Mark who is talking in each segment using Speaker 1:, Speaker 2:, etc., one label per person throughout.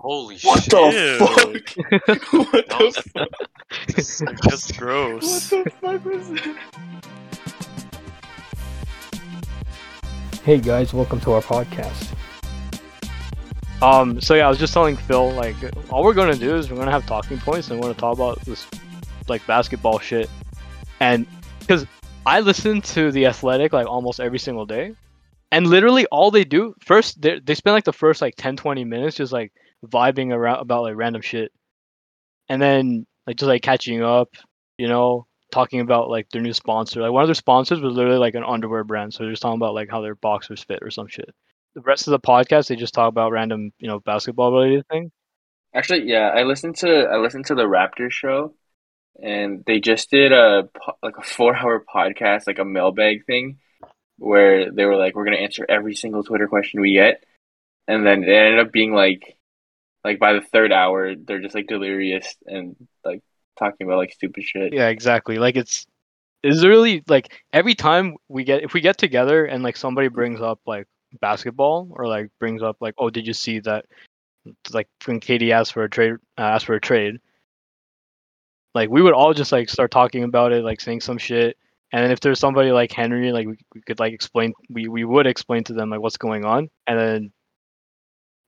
Speaker 1: Holy
Speaker 2: What
Speaker 1: shit.
Speaker 2: the fuck? what
Speaker 1: No,
Speaker 2: the fuck?
Speaker 1: That's just
Speaker 2: What
Speaker 1: gross.
Speaker 2: the fuck was that?
Speaker 3: Hey guys, welcome to our podcast. Um, so yeah, I was just telling Phil like all we're gonna do is we're gonna have talking points and we're gonna talk about this like basketball shit, and because I listen to the Athletic like almost every single day, and literally all they do first they they spend like the first like 10, 20 minutes just like vibing around about like random shit, and then like just like catching up, you know, talking about like their new sponsor. Like one of their sponsors was literally like an underwear brand, so they're just talking about like how their boxers fit or some shit. The rest of the podcast, they just talk about random, you know, basketball related things.
Speaker 2: Actually, yeah, I listened to I listened to the Raptors show, and they just did a po- like a four hour podcast, like a mailbag thing, where they were like, "We're gonna answer every single Twitter question we get," and then it ended up being like, like by the third hour, they're just like delirious and like talking about like stupid shit.
Speaker 3: Yeah, exactly. Like it's is really like every time we get if we get together and like somebody brings up like basketball or like brings up like oh did you see that like when Katie asked for a trade uh, asked for a trade like we would all just like start talking about it like saying some shit and then if there's somebody like Henry like we, we could like explain we we would explain to them like what's going on and then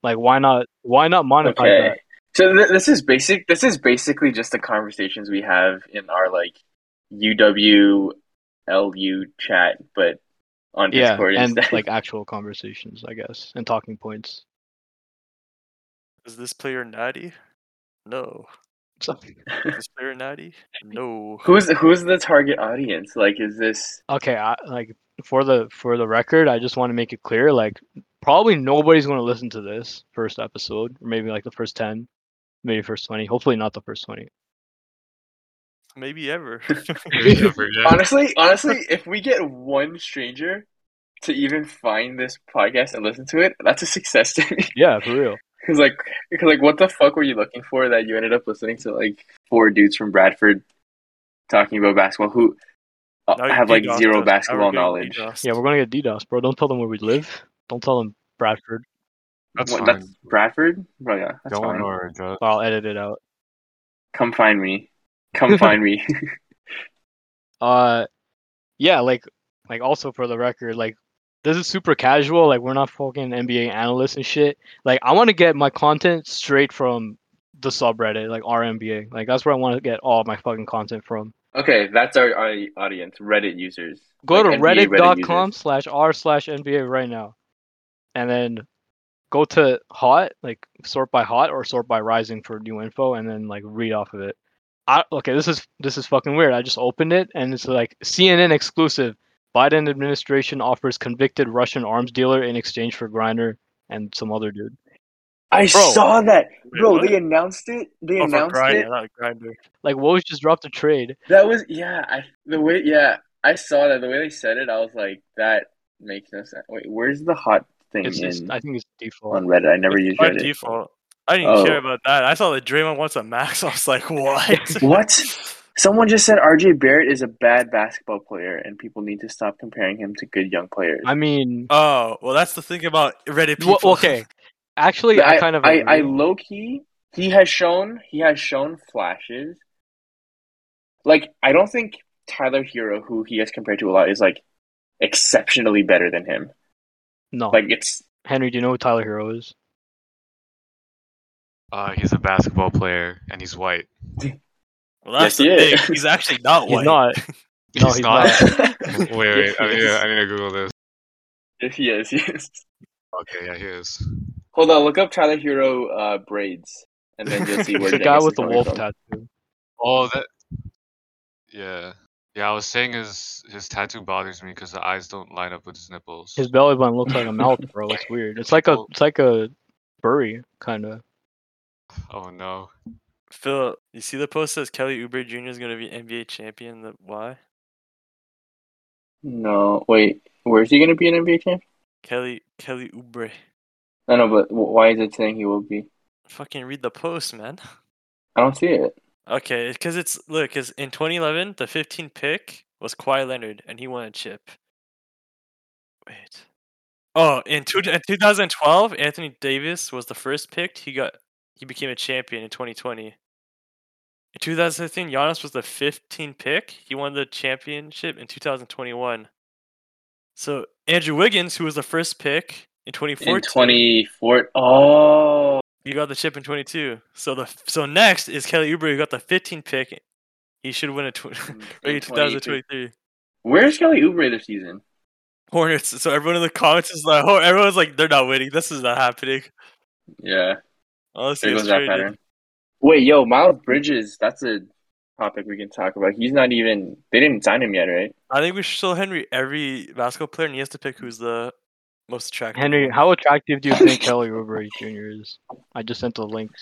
Speaker 3: like why not why not monetize
Speaker 2: Okay.
Speaker 3: that
Speaker 2: So th- this is basic. This is basically just the conversations we have in our like UWLU chat, but on
Speaker 3: yeah
Speaker 2: Discord
Speaker 3: and
Speaker 2: instead.
Speaker 3: like actual conversations I guess and talking points
Speaker 1: Is this player natty? No.
Speaker 3: so
Speaker 1: Is this player natty? No.
Speaker 2: who's who's the target audience? Like, is this
Speaker 3: okay I, like for the for the record i just want to make it clear like probably nobody's going to listen to this first episode or maybe like the first 10 maybe first 20 hopefully not the first 20
Speaker 1: Maybe ever.
Speaker 2: honestly? Honestly, if we get one stranger to even find this podcast and listen to it, that's a success to me.
Speaker 3: yeah for real
Speaker 2: Because like, because like, what the fuck were you looking for that you ended up listening to like four dudes from Bradford talking about basketball who uh,
Speaker 1: Now you're
Speaker 2: have like
Speaker 1: DDoSed us. Now
Speaker 2: zero
Speaker 1: we're
Speaker 2: basketball
Speaker 1: getting
Speaker 2: knowledge?
Speaker 1: DDoSed.
Speaker 3: yeah we're going to get ddos bro don't tell them where we live don't tell them bradford
Speaker 4: That's
Speaker 2: What,
Speaker 4: fine.
Speaker 2: that's Bradford? Bro, yeah, that's
Speaker 4: Don't
Speaker 2: fine.
Speaker 4: know our address.
Speaker 3: i'll edit it out
Speaker 2: Come find me. Come find me.
Speaker 3: uh yeah like like also for the record like this is super casual like we're not fucking nba analysts and shit like i want to get my content straight from the subreddit like rnba like that's where i want to get all my fucking content from
Speaker 2: okay, that's our, our audience, Reddit users.
Speaker 3: go
Speaker 2: Like,
Speaker 3: to
Speaker 2: NBA Reddit
Speaker 3: reddit.com
Speaker 2: users.
Speaker 3: slash r slash nba right now and then go to hot like sort by hot or sort by rising for new info and then like read off of it I, okay this is this is fucking weird i just opened it and it's like cnn exclusive biden administration offers convicted russian arms dealer in exchange for grinder and some other dude
Speaker 2: I
Speaker 3: Bro.
Speaker 2: saw that,
Speaker 1: Wait,
Speaker 2: bro.
Speaker 1: what?
Speaker 2: they announced it. They
Speaker 1: Oh, for
Speaker 2: announced
Speaker 1: grinder,
Speaker 2: it.
Speaker 1: not grinder.
Speaker 3: like woj just dropped a trade
Speaker 2: That was yeah. I the way yeah. I saw that the way they said it. I was like, that makes no sense. Wait, where's the hot thing
Speaker 3: it's just
Speaker 2: in
Speaker 3: i think it's default
Speaker 2: on Reddit? I never
Speaker 1: It's
Speaker 2: used
Speaker 1: by
Speaker 2: Reddit.
Speaker 1: default. I didn't
Speaker 2: Oh.
Speaker 1: care about that. I saw that Draymond wants a max. I was like, what?
Speaker 2: What? Someone just said RJ Barrett is a bad basketball player, and people need to stop comparing him to good young players.
Speaker 3: i mean
Speaker 1: Oh, well, that's the thing about Reddit people.
Speaker 3: well, okay actually i, kind of
Speaker 2: I, I
Speaker 3: agree.
Speaker 2: low key he has shown he has shown flashes. Like I don't think Tyler Hero, who he has compared to a lot, is like exceptionally better than him.
Speaker 3: no
Speaker 2: Like it's
Speaker 3: henry do you know who tyler hero is
Speaker 4: Uh, he's a basketball player and he's white.
Speaker 1: Well, that's
Speaker 2: Yes,
Speaker 1: the
Speaker 2: he is.
Speaker 1: thing. He's actually not
Speaker 3: he's
Speaker 1: white.
Speaker 3: not No,
Speaker 4: he's,
Speaker 3: he's
Speaker 4: not.
Speaker 2: yes,
Speaker 4: wait, wait. I, need
Speaker 2: Yes, he
Speaker 4: to,
Speaker 2: is.
Speaker 4: I need to Google this.
Speaker 2: he is. Yes.
Speaker 4: Okay, yeah, he is.
Speaker 2: Hold on, look up Tyler Hero uh, braids, and then you'll see where
Speaker 3: the
Speaker 2: Jameis
Speaker 3: guy
Speaker 2: is
Speaker 3: with the
Speaker 2: coming
Speaker 3: wolf
Speaker 2: from.
Speaker 3: tattoo.
Speaker 4: Oh, that. Yeah, yeah. I was saying his his tattoo bothers me because the eyes don't line up with his nipples.
Speaker 3: His belly button looks like a mouth, bro. It's weird. It's like a
Speaker 4: Well-
Speaker 3: it's like a furry kind of.
Speaker 4: Oh no.
Speaker 1: Phil, you see the post that says Kelly Oubre Jr. is going to be NBA champion? The why?
Speaker 2: No, wait, where is he going to be an NBA champ?
Speaker 1: Kelly Kelly Oubre.
Speaker 2: I know, but wh- why is it saying he will be?
Speaker 1: Fucking read the post, man.
Speaker 2: I don't see it.
Speaker 1: Okay, because it's look, because in 2011, the 15 pick was Kawhi Leonard, and he won a chip. Wait. Oh, in, two, in 2012, Anthony Davis was the first pick. He got he became a champion in 2020. In 2015, Giannis was the 15 pick. He won the championship in 2021. So Andrew Wiggins, who was the first pick in 2014,
Speaker 2: in 24 oh
Speaker 1: you got the chip in 22. So the so next is Kelly Oubre, who got the 15 pick. He should win a tw-
Speaker 2: in 22.
Speaker 1: 2023
Speaker 2: where's kelly Oubre this season
Speaker 1: Hornets. So everyone in the comments is like, oh, everyone's like, they're not winning. This is not happening.
Speaker 2: yeah
Speaker 1: Unless
Speaker 2: there
Speaker 1: he
Speaker 2: goes
Speaker 1: gets
Speaker 2: that
Speaker 1: traded.
Speaker 2: pattern wait yo miles bridges that's a topic we can talk about he's not even they didn't sign him yet right
Speaker 1: I think we should still Henry every basketball player, and he has to pick who's the most attractive.
Speaker 3: Henry, how attractive do you think Kelly Oubre Jr. is? I just sent the link.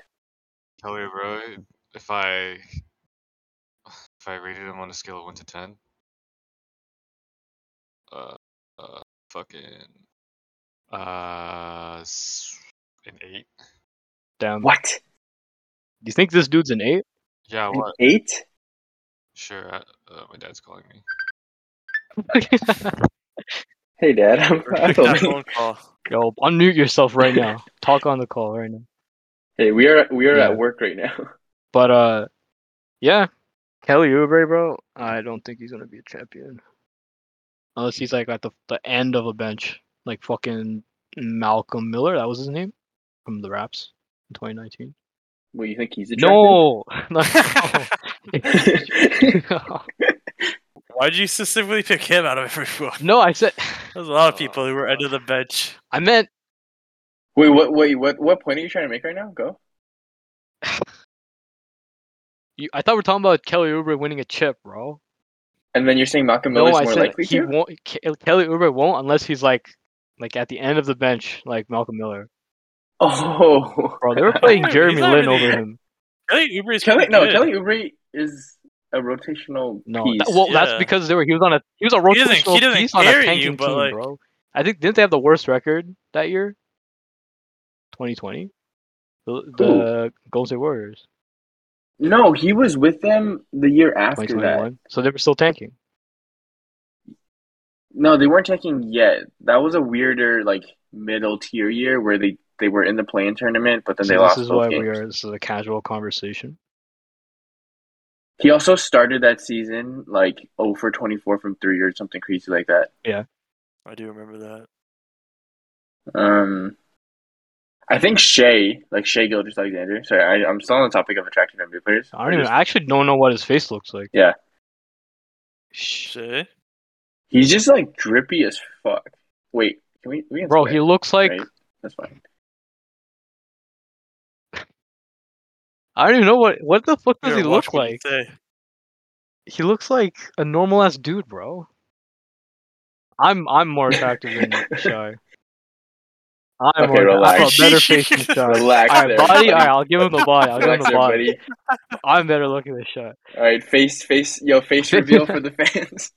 Speaker 4: Tell you, bro, if I if I rated him on a scale of one to ten, uh, uh fucking, uh, s- an eight.
Speaker 3: Damn. Do
Speaker 2: what
Speaker 3: you think this dude's an eight?
Speaker 4: Yeah,
Speaker 2: An
Speaker 4: what?
Speaker 2: eight
Speaker 4: Sure. I, uh, my dad's calling me.
Speaker 2: hey dad i'm, I'm
Speaker 1: Pick that
Speaker 2: filming.
Speaker 1: phone call.
Speaker 3: Yo, unmute yourself right now. Talk on the call right now.
Speaker 2: hey we are we are
Speaker 3: Yeah.
Speaker 2: at work right now
Speaker 3: But uh, yeah, Kelly Oubre, bro. I don't think he's gonna be a champion unless he's like at the the end of a bench, like fucking Malcolm Miller. That was his name from the Raps in 2019.
Speaker 2: well you think he's
Speaker 3: No, no.
Speaker 2: attractive?
Speaker 1: Why did you specifically pick him out of everyone?
Speaker 3: no, I said
Speaker 1: There's a lot of people who were under the bench.
Speaker 3: I meant
Speaker 2: wait what wait what what point are you trying to make right now go
Speaker 3: you, I thought we were talking about Kelly Oubre winning a chip, bro.
Speaker 2: and then you're saying malcolm
Speaker 3: No,
Speaker 2: miller's
Speaker 3: I
Speaker 2: more
Speaker 3: said
Speaker 2: likely
Speaker 3: he
Speaker 2: to
Speaker 3: won't. Ke- Kelly Oubre won't unless he's like like at the end of the bench, like Malcolm Miller.
Speaker 2: oh
Speaker 3: Bro, they were playing
Speaker 1: He's
Speaker 3: Jeremy
Speaker 1: not
Speaker 3: Lin
Speaker 1: really-
Speaker 3: over him.
Speaker 1: Kelly Oubre is
Speaker 2: Kelly,
Speaker 1: pretty
Speaker 2: no,
Speaker 1: good.
Speaker 2: Kelly Oubre is a rotational
Speaker 3: No,
Speaker 2: piece.
Speaker 3: that, well, that's
Speaker 1: Yeah.
Speaker 3: because they were he was on a he was a
Speaker 1: He doesn't- he
Speaker 3: rotational
Speaker 1: doesn't
Speaker 3: piece on a
Speaker 1: carry you,
Speaker 3: tanking
Speaker 1: but,
Speaker 3: team,
Speaker 1: like-
Speaker 3: bro. I think didn't they have the worst record that year? 2020, the, the Golden State Warriors.
Speaker 2: no, he was with them the year after that.
Speaker 3: 2021. So they were still tanking.
Speaker 2: No, they weren't taking yet. That was a weirder, like middle tier year where they they were in the play-in tournament, but then
Speaker 3: So
Speaker 2: they
Speaker 3: this
Speaker 2: lost.
Speaker 3: is
Speaker 2: both
Speaker 3: why
Speaker 2: games.
Speaker 3: we are. This is a casual conversation.
Speaker 2: He also started that season like 0 for 24 from three or something crazy like that.
Speaker 1: I do remember that.
Speaker 2: Um, I think Shea, like Shea Gilders Alexander. Sorry, I, I'm still on the topic of attractive NBA players.
Speaker 3: I don't even. I actually don't know what his face looks like.
Speaker 2: Yeah.
Speaker 3: Shh.
Speaker 1: Shit.
Speaker 2: He's just like drippy as fuck. Wait, can we? we can
Speaker 3: Bro,
Speaker 2: skip,
Speaker 3: he looks like
Speaker 2: right? that's fine.
Speaker 3: I don't even know what what the fuck does
Speaker 1: Here,
Speaker 3: he
Speaker 1: watch
Speaker 3: look
Speaker 1: what you
Speaker 3: like.
Speaker 1: say.
Speaker 3: He looks like a normal ass dude, bro. I'm I'm more attractive than Shy. I'm
Speaker 2: Okay,
Speaker 3: more I have
Speaker 2: relax.
Speaker 3: a better face than Shy.
Speaker 2: Relax
Speaker 3: Alright,
Speaker 2: there.
Speaker 3: body,
Speaker 2: buddy.
Speaker 3: alright, I'll give him the body. I'll give him
Speaker 2: Relax
Speaker 3: the
Speaker 2: there,
Speaker 3: body.
Speaker 2: buddy.
Speaker 3: I'm better looking than Shy.
Speaker 2: All right, face, face, yo, face reveal for the fans.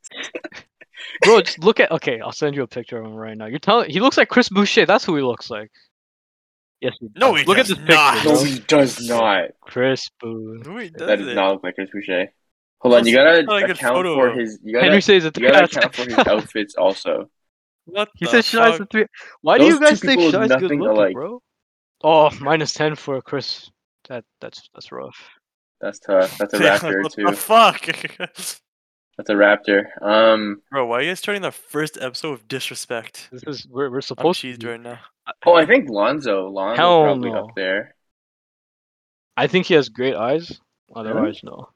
Speaker 3: Bro, just look at okay, I'll send you a picture of him right now. You're telling he looks like Chris Boucher, that's who he looks like. Yes, he
Speaker 1: No,
Speaker 3: does.
Speaker 1: he
Speaker 3: look
Speaker 1: does
Speaker 3: at this
Speaker 1: not.
Speaker 3: picture. bro.
Speaker 2: No, he does not.
Speaker 3: Chris Boo.
Speaker 1: Who he does
Speaker 2: That does
Speaker 1: it?
Speaker 2: not look like Chris Boucher. Hold on, you
Speaker 1: That's
Speaker 2: gotta
Speaker 1: not a good
Speaker 2: account
Speaker 1: photo,
Speaker 2: for
Speaker 1: though.
Speaker 2: his. You
Speaker 3: Henry
Speaker 2: gotta,
Speaker 3: says it's
Speaker 2: you gotta
Speaker 3: cats.
Speaker 2: account for his outfits also.
Speaker 1: What
Speaker 3: He
Speaker 1: the
Speaker 3: says Shy's the
Speaker 1: fuck?
Speaker 3: three. Why do
Speaker 2: Those
Speaker 3: you
Speaker 2: two
Speaker 3: guys think
Speaker 2: people
Speaker 3: Shy's
Speaker 2: look
Speaker 3: good
Speaker 2: nothing
Speaker 3: looking,
Speaker 2: alike.
Speaker 3: bro? Oh, minus ten for Chris. That that's that's rough.
Speaker 2: That's tough. That's a
Speaker 1: Yeah,
Speaker 2: raptor
Speaker 1: what
Speaker 2: too.
Speaker 1: the fuck?
Speaker 2: That's a raptor. Um.
Speaker 1: Bro, why are you guys starting the first episode with disrespect?
Speaker 3: This is we're we're
Speaker 1: I'm
Speaker 3: supposed to.
Speaker 1: cheesed
Speaker 3: be-
Speaker 1: right now.
Speaker 2: Oh, I think Lonzo. Lonzo
Speaker 3: Hell
Speaker 2: probably
Speaker 3: no.
Speaker 2: up there.
Speaker 3: I think he has great eyes. Otherwise, no.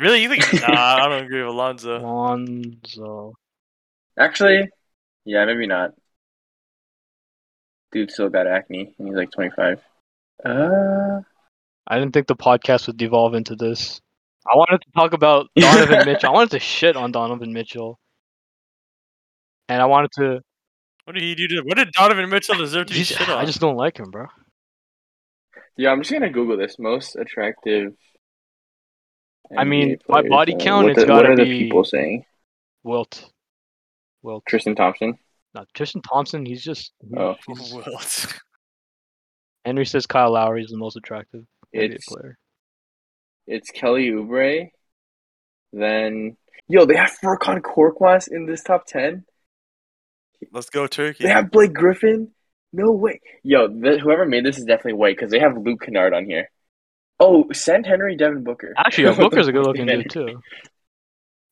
Speaker 1: Really? You think? Nah, I don't agree with Alonzo.
Speaker 3: Lonzo.
Speaker 2: Actually, yeah, maybe not. Dude still got acne, and he's like 25. Uh.
Speaker 3: I didn't think the podcast would devolve into this. I wanted to talk about Donovan Mitchell. I wanted to shit on Donovan Mitchell. And I wanted to.
Speaker 1: What did he do? To, what did Donovan Mitchell deserve to be
Speaker 3: he's-
Speaker 1: shit on?
Speaker 3: I just don't like him, bro.
Speaker 2: Yeah, I'm just gonna Google this. Most attractive.
Speaker 3: I mean,
Speaker 2: NBA
Speaker 3: by
Speaker 2: players.
Speaker 3: body
Speaker 2: Uh,
Speaker 3: count,
Speaker 2: what
Speaker 3: it's
Speaker 2: the-
Speaker 3: gotta
Speaker 2: What are
Speaker 3: be-
Speaker 2: the people saying?
Speaker 3: Wilt. Wilt.
Speaker 2: Tristan Thompson.
Speaker 3: Not Tristan Thompson. He's just. he-
Speaker 2: Oh.
Speaker 3: he's-
Speaker 1: Wilt.
Speaker 3: Henry says Kyle Lowry is the most attractive NBA
Speaker 2: It's
Speaker 3: player.
Speaker 2: it's Kelly Oubre. Then yo, they have Furkan Korkmaz in this top ten.
Speaker 1: Let's go Turkey.
Speaker 2: They have Blake Griffin. No way. Yo, th- whoever made this is definitely white because they have Luke Kennard on here. Oh, send Henry Devin Booker.
Speaker 3: Actually, yeah, Booker's a good looking
Speaker 2: Yeah.
Speaker 3: dude too.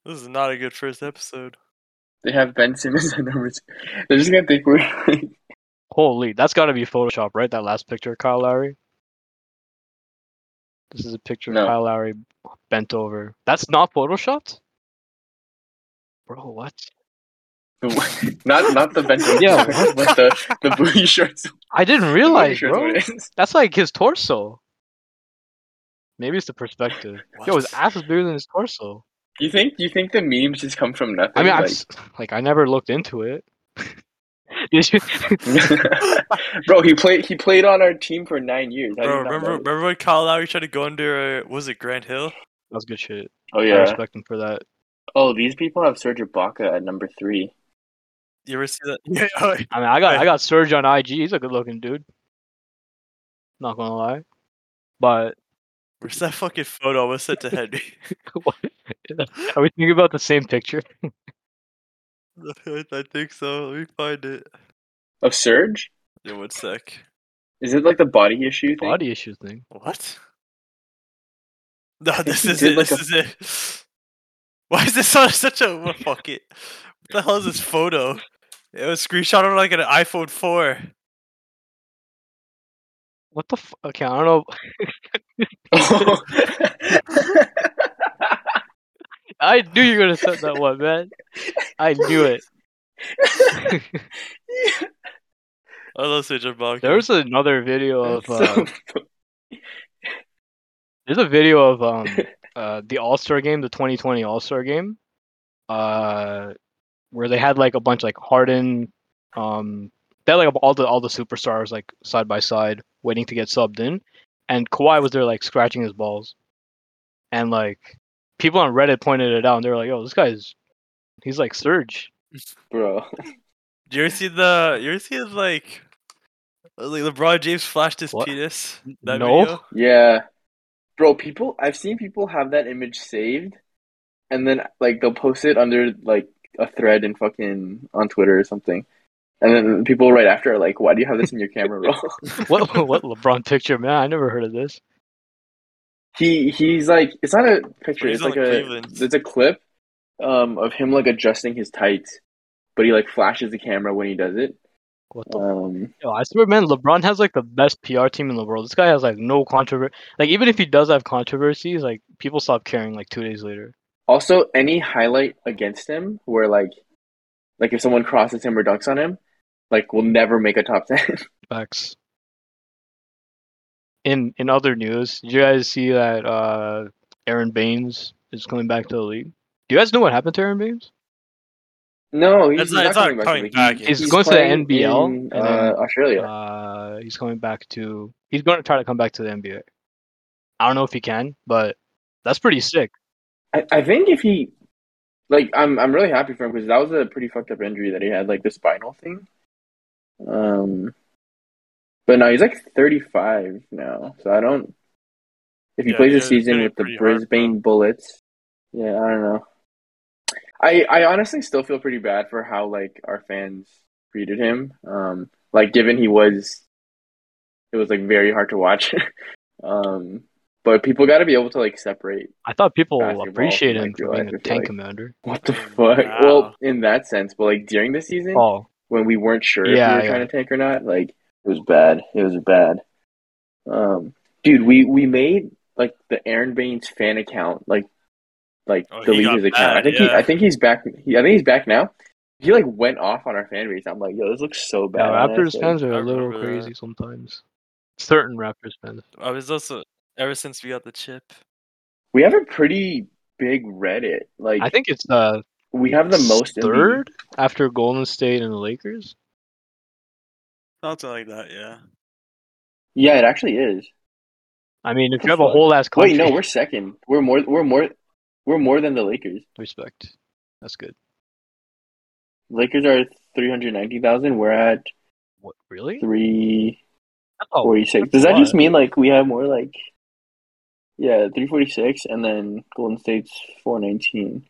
Speaker 1: This is not a good first episode.
Speaker 2: They have Ben Simmons at number two. They're just gonna think we're
Speaker 3: Holy, that's got to be Photoshop, right? That last picture of Kyle Lowry. This is a picture
Speaker 2: No.
Speaker 3: of Kyle Lowry bent over. That's not photoshopped, bro. What?
Speaker 2: not not the Ben Simmons,
Speaker 3: Yeah,
Speaker 2: one, but the the booty shorts. the booty
Speaker 3: I didn't realize,
Speaker 2: shorts
Speaker 3: bro.
Speaker 2: one is.
Speaker 3: That's like his torso. Maybe it's the perspective. Yo, his
Speaker 1: What?
Speaker 3: ass is bigger than his torso.
Speaker 2: You think you think the memes just come from nothing?
Speaker 3: I mean, I'm
Speaker 2: Like-
Speaker 3: s- like I never looked into it. Did you?
Speaker 2: bro, he played he played on our team for nine years. How do
Speaker 1: Bro,
Speaker 2: you not
Speaker 1: remember
Speaker 2: know this?
Speaker 1: remember when Kyle Lowry tried to go under uh, was it Grant Hill?
Speaker 3: That's good shit.
Speaker 2: Oh
Speaker 3: I
Speaker 2: yeah.
Speaker 3: respect him for that.
Speaker 2: Oh, these people have Serge Ibaka at number three.
Speaker 1: You ever see that? Yeah, oh,
Speaker 3: I mean, I got
Speaker 1: Hey.
Speaker 3: I got Serge on IG. He's a good looking dude. Not gonna lie, but
Speaker 1: where's that fucking photo? I was sent to Henry.
Speaker 3: what? are we thinking about the same picture?
Speaker 1: I think so. Let me find it.
Speaker 2: Of Serge?
Speaker 1: Yeah, one sec.
Speaker 2: Is it like the body issue thing?
Speaker 3: Body issues thing.
Speaker 1: What? No, this
Speaker 2: he
Speaker 1: is
Speaker 2: did
Speaker 1: it.
Speaker 2: like
Speaker 1: This is it. Why is this on such a well, fuck it? What the hell is this photo? It was screenshot of like an iPhone four.
Speaker 3: What the? F- okay, I don't know.
Speaker 2: Oh.
Speaker 3: I knew you were gonna set that one, man. I knew it.
Speaker 1: I love Sage Ibaka.
Speaker 3: There's another video of. Uh,
Speaker 2: So-
Speaker 3: There's a video of um uh the All Star game, the 2020 All Star game, uh, where they had like a bunch like Harden, um, they had like all the all the superstars like side by side waiting to get subbed in, and Kawhi was there like scratching his balls, and like people on Reddit pointed it out, and they were like, "Yo, this guy's, he's like Surge."
Speaker 2: bro.
Speaker 1: Do you ever see the? You ever see his, like, like LeBron James flashed his
Speaker 3: What?
Speaker 1: penis? That
Speaker 3: No.
Speaker 1: video?
Speaker 2: Yeah. Bro, people I've seen people have that image saved and then like they'll post it under like a thread in fucking on Twitter or something. And then people right after are like, Why do you have this in your camera roll?
Speaker 3: What what LeBron picture, man? I never heard of this.
Speaker 2: he he's like it's not a picture,
Speaker 1: He's
Speaker 2: it's
Speaker 1: on
Speaker 2: like
Speaker 1: the
Speaker 2: a
Speaker 1: Cleveland.
Speaker 2: it's a clip um of him like adjusting his tights, but he like flashes the camera when he does it.
Speaker 3: What the
Speaker 2: Um
Speaker 3: Yo, I swear, man, LeBron has like the best PR team in the world. This guy has like no controversy. Like, even if he does have controversies, like people stop caring like two days later.
Speaker 2: Also, any highlight against him where like like if someone crosses him or dunks on him, like will never make a top ten.
Speaker 3: Facts. In in other news, did you guys see that uh Aaron Baines is coming back to the league? Do you guys know what happened to Aaron Baines?
Speaker 2: No, he's
Speaker 1: That's
Speaker 2: he's
Speaker 1: not-
Speaker 2: not,
Speaker 1: it's not
Speaker 2: coming back. to
Speaker 1: coming
Speaker 2: the league.
Speaker 1: back.
Speaker 2: He-
Speaker 1: He's
Speaker 3: going to the
Speaker 2: playing
Speaker 3: NBL,
Speaker 2: in,
Speaker 3: and then-
Speaker 2: uh, Australia.
Speaker 3: Uh, he's coming back to. He's going to try to come back to the NBA. I don't know if he can, but that's pretty sick.
Speaker 2: I, I think if he, like, I'm I'm really happy for him because that was a pretty fucked up injury that he had, like the spinal thing. Um, but no, he's like 35 now, so I don't. If he
Speaker 1: Yeah,
Speaker 2: plays
Speaker 1: yeah,
Speaker 2: the
Speaker 1: it's
Speaker 2: season
Speaker 1: getting
Speaker 2: with the
Speaker 1: pretty hard,
Speaker 2: Brisbane Bullets, yeah, I don't know. I I honestly still feel pretty bad for how like our fans treated him. Um, like given he was, it was like very hard to watch. um, but people got to be able to like separate
Speaker 3: I thought people
Speaker 2: Basketball,
Speaker 3: appreciate him
Speaker 2: like,
Speaker 3: for
Speaker 2: real
Speaker 3: being
Speaker 2: life,
Speaker 3: a
Speaker 2: I feel
Speaker 3: tank
Speaker 2: like.
Speaker 3: commander.
Speaker 2: What the
Speaker 1: Wow.
Speaker 2: fuck? Well, in that sense, but like during the season
Speaker 3: Oh,
Speaker 2: when we weren't sure
Speaker 3: Yeah,
Speaker 2: if we
Speaker 3: yeah.
Speaker 2: were trying to tank or not, like it was bad. It was bad. Um, dude, we we made like the Aaron Baines fan account, like like
Speaker 1: Oh, he
Speaker 2: delete
Speaker 1: got
Speaker 2: his account. I
Speaker 1: mad,
Speaker 2: think he,
Speaker 1: yeah.
Speaker 2: I think he's back. He, I think he's back now. He like went off on our fan base. I'm like, yo, this looks so bad.
Speaker 3: Yeah,
Speaker 2: And I was
Speaker 3: Raptors
Speaker 2: like,
Speaker 3: fans are
Speaker 1: I
Speaker 3: a little
Speaker 1: remember that.
Speaker 3: crazy sometimes. Certain Raptors fans.
Speaker 1: I was also ever since we got the chip.
Speaker 2: We have a pretty big Reddit. Like
Speaker 3: I think it's uh
Speaker 2: we have the most in the-
Speaker 3: third after Golden State and the Lakers.
Speaker 1: Something like that, yeah.
Speaker 2: yeah, it actually is.
Speaker 3: I mean, if
Speaker 2: The
Speaker 3: you have a
Speaker 2: fuck?
Speaker 3: whole ass
Speaker 2: Wait,
Speaker 3: country,
Speaker 2: no, we're second. We're more. We're more. We're more than the Lakers.
Speaker 3: respect. That's good.
Speaker 2: Lakers are three hundred ninety thousand. We're at
Speaker 3: What really?
Speaker 2: three
Speaker 3: That's a-
Speaker 2: forty six.
Speaker 3: Oh, that's
Speaker 2: Does
Speaker 3: a
Speaker 2: that just
Speaker 3: lot.
Speaker 2: mean like we have more like? Yeah, three forty six, and then Golden State's four nineteen.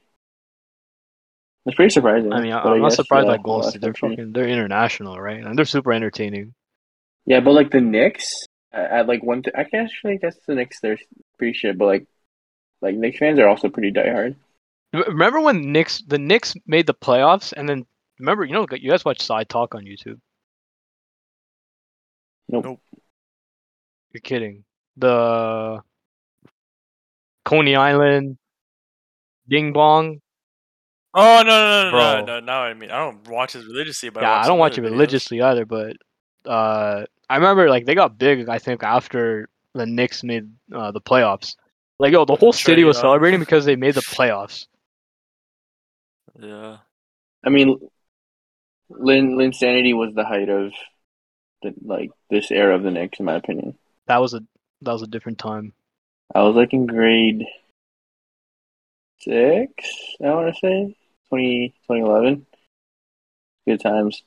Speaker 2: That's pretty surprising.
Speaker 3: I mean, I,
Speaker 2: but
Speaker 3: I'm not
Speaker 2: guess,
Speaker 3: surprised
Speaker 2: yeah,
Speaker 3: by Golden
Speaker 2: last
Speaker 3: State. They're
Speaker 2: country.
Speaker 3: fucking, they're international, right? And they're super entertaining.
Speaker 2: Yeah, but like the Knicks uh, at, at like one. Th- I can actually guess the Knicks. They're pretty shit, but like, like Knicks fans are also pretty diehard.
Speaker 3: R- Remember when Knicks the Knicks made the playoffs, and then remember you know you guys watch Side Talk on YouTube.
Speaker 2: Nope.
Speaker 1: Nope.
Speaker 3: You're kidding. The Coney Island, Ding Dong.
Speaker 1: Oh no no no no,
Speaker 3: Bro.
Speaker 1: no no! Now I mean I don't watch it religiously, but
Speaker 3: Yeah,
Speaker 1: watch
Speaker 3: I
Speaker 1: some
Speaker 3: don't watch it
Speaker 1: other videos.
Speaker 3: religiously either, but uh, I remember like they got big. I think after the Knicks made uh, the playoffs, like yo, the whole city
Speaker 1: Trey
Speaker 3: was
Speaker 1: Young.
Speaker 3: celebrating because they made the playoffs.
Speaker 1: Yeah,
Speaker 2: I mean, Lin Linsanity was the height of the like this era of the Knicks, in my opinion.
Speaker 3: That was a that was a different time.
Speaker 2: I was like in grade six, I want to say 20, 2011. Good times.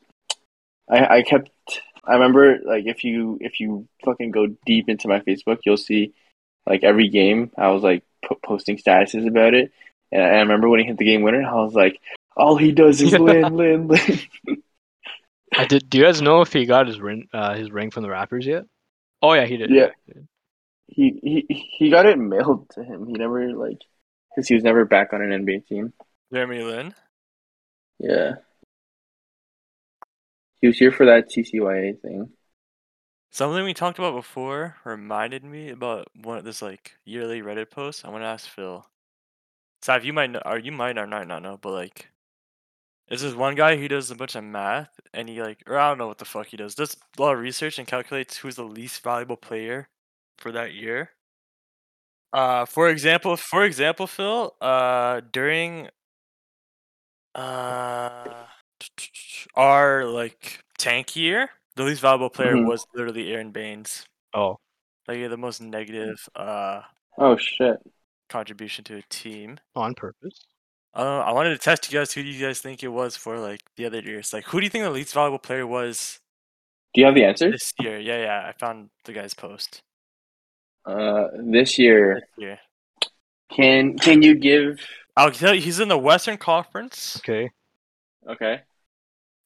Speaker 2: I I kept. I remember like if you if you fucking go deep into my Facebook, you'll see like every game. I was like po- posting statuses about it, and I remember when he hit the game winner, I was like, all he does is win, win, win.
Speaker 3: I did. Do you guys know if he got his ring uh, his ring from the Raptors yet? Oh yeah, he did.
Speaker 2: Yeah. He he he got it mailed to him. He never like because he was never back on an NBA team.
Speaker 1: Jeremy Lin.
Speaker 2: Yeah. He was here for that TCYA thing.
Speaker 1: Something we talked about before reminded me about one of this like yearly Reddit post. I want to ask Phil. Sav, you might know, or you might or might not know, but like, this is one guy who does a bunch of math, and he like, or I don't know what the fuck he does. Does a lot of research and calculates who's the least valuable player for that year. Uh, for example, for example, Phil, uh, during uh our like tank year, the least valuable player
Speaker 2: Mhm.
Speaker 1: was literally Aaron Baines.
Speaker 3: Oh,
Speaker 1: Like he had the most negative uh
Speaker 2: Oh shit.
Speaker 1: contribution to a team.
Speaker 3: on purpose.
Speaker 1: I don't know, Uh, I wanted to test you guys. Who do you guys think it was for like the other years? Like, who do you think the least valuable player was
Speaker 2: Do you have the answer?
Speaker 1: this year? Yeah, yeah. I found the guy's post
Speaker 2: Uh, this year.
Speaker 1: this year.
Speaker 2: Can can you give?
Speaker 1: I'll tell you, he's in the Western Conference.
Speaker 3: Okay.
Speaker 2: Okay.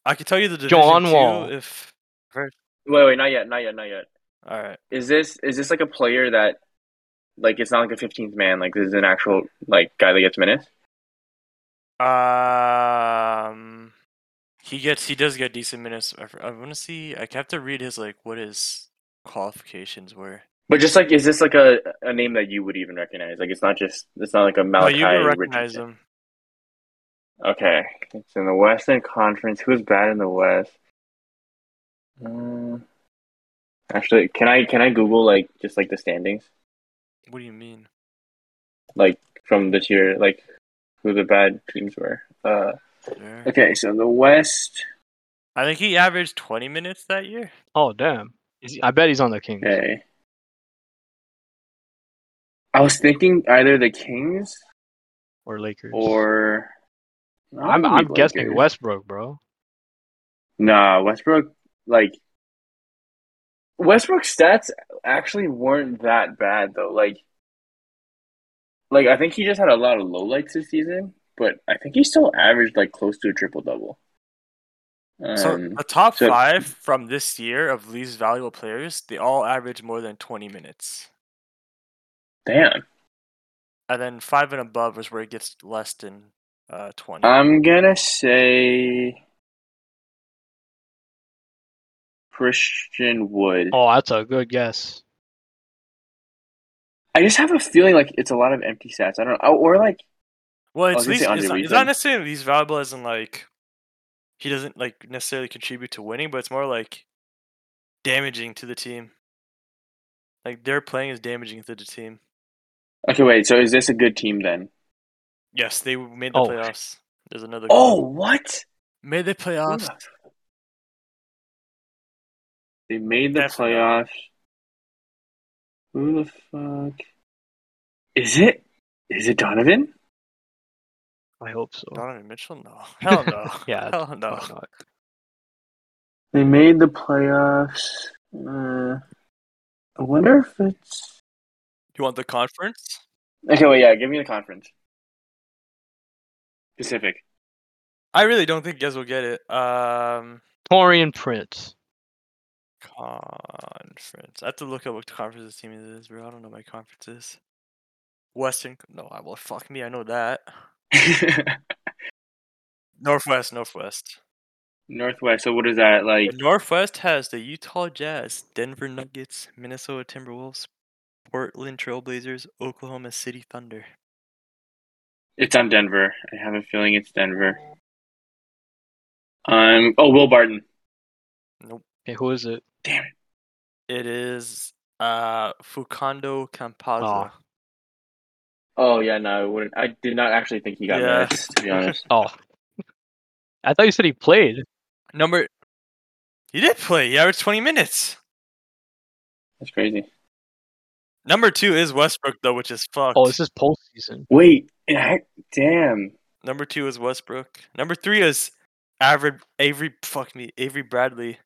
Speaker 1: I can tell you the division
Speaker 3: John
Speaker 1: two
Speaker 3: Wall.
Speaker 1: if.
Speaker 2: Wait, wait, not yet, not yet, not yet.
Speaker 1: All right.
Speaker 2: Is this is this like a player that, like, it's not like a fifteenth man? Like, this is an actual like guy that gets minutes.
Speaker 1: Um, he gets he does get decent minutes. I, f- I want to see. I have to read his like what his qualifications were.
Speaker 2: But just like, is this like a a name that you would even recognize? Like, it's not just it's not like a
Speaker 1: No,
Speaker 2: Malachi.
Speaker 1: Oh, you can recognize
Speaker 2: Richardson.
Speaker 1: him.
Speaker 2: Okay, it's in the Western Conference. Who's bad in the West? Um, actually, can I can I Google like just like the standings
Speaker 1: What do you mean?
Speaker 2: like from this year, like who the bad teams were? Uh,
Speaker 1: Sure.
Speaker 2: okay, so the West.
Speaker 1: I think he averaged twenty minutes that year.
Speaker 3: Oh damn. Is he- I bet he's on the Kings.
Speaker 2: Okay. I was thinking either the Kings
Speaker 3: or Lakers.
Speaker 2: or
Speaker 3: I'm I'm guessing
Speaker 2: Lakers.
Speaker 3: Westbrook, bro.
Speaker 2: Nah, Westbrook like Westbrook's stats actually weren't that bad though. Like like I think he just had a lot of lowlights this season, but I think he still averaged like close to a triple double.
Speaker 1: so
Speaker 2: Um,
Speaker 1: the top
Speaker 2: so-
Speaker 1: five from this year of least valuable players, they all average more than twenty minutes,
Speaker 2: damn.
Speaker 1: and then five and above is where it gets less than uh twenty.
Speaker 2: I'm gonna say Christian Wood.
Speaker 3: Oh, that's a good guess.
Speaker 2: I just have a feeling like it's a lot of empty stats. I don't know. Or like
Speaker 1: Well,
Speaker 2: I
Speaker 1: it's,
Speaker 2: was gonna
Speaker 1: least, it's,
Speaker 2: say
Speaker 1: not,
Speaker 2: Andre
Speaker 1: it's not
Speaker 2: Reedland.
Speaker 1: necessarily he's valuable as in like he doesn't like necessarily contribute to winning, but it's more like damaging to the team. Like their playing is damaging to the team.
Speaker 2: Okay, wait, so is this a good team then?
Speaker 1: Yes, they made the
Speaker 3: Oh.
Speaker 1: playoffs. There's another. guy.
Speaker 2: Oh, what?
Speaker 1: made the playoffs.
Speaker 2: They made the
Speaker 1: Definitely.
Speaker 2: playoffs. Who the fuck is it? Is it Donovan?
Speaker 3: I hope so.
Speaker 1: Donovan Mitchell? No, hell no.
Speaker 3: Yeah,
Speaker 1: hell no.
Speaker 3: Probably not.
Speaker 2: They made the playoffs. Uh, I wonder if it's
Speaker 1: You want the conference?
Speaker 2: okay. Wait, yeah, give me the conference. Pacific.
Speaker 1: I really don't think you guys will get it. Um,
Speaker 3: Torian Prince.
Speaker 1: Conference. I have to look up what conference this team is, bro. I don't know my conferences. Western. No, I well, fuck me. I know that. Northwest. Northwest.
Speaker 2: Northwest. So what is that like?
Speaker 1: The Northwest has the Utah Jazz, Denver Nuggets, Minnesota Timberwolves, Portland Trailblazers, Oklahoma City Thunder.
Speaker 2: It's on Denver. I have a feeling it's Denver. Um. Oh, Will Barton.
Speaker 1: Nope.
Speaker 3: Okay, who is it?
Speaker 2: Damn it.
Speaker 1: It is uh Fukando Campazzo.
Speaker 2: Oh yeah, no, I wouldn't. I did not actually think he got
Speaker 1: Yeah.
Speaker 2: minutes. To be honest.
Speaker 3: Oh, I thought you said he played.
Speaker 1: Number. He did play. He averaged 20 minutes.
Speaker 2: That's crazy.
Speaker 1: Number two is Westbrook though, which is fucked.
Speaker 3: Oh, this is postseason.
Speaker 2: Wait. I, damn.
Speaker 1: Number two is Westbrook. Number three is Aver Avery. Fuck me, Avery Bradley.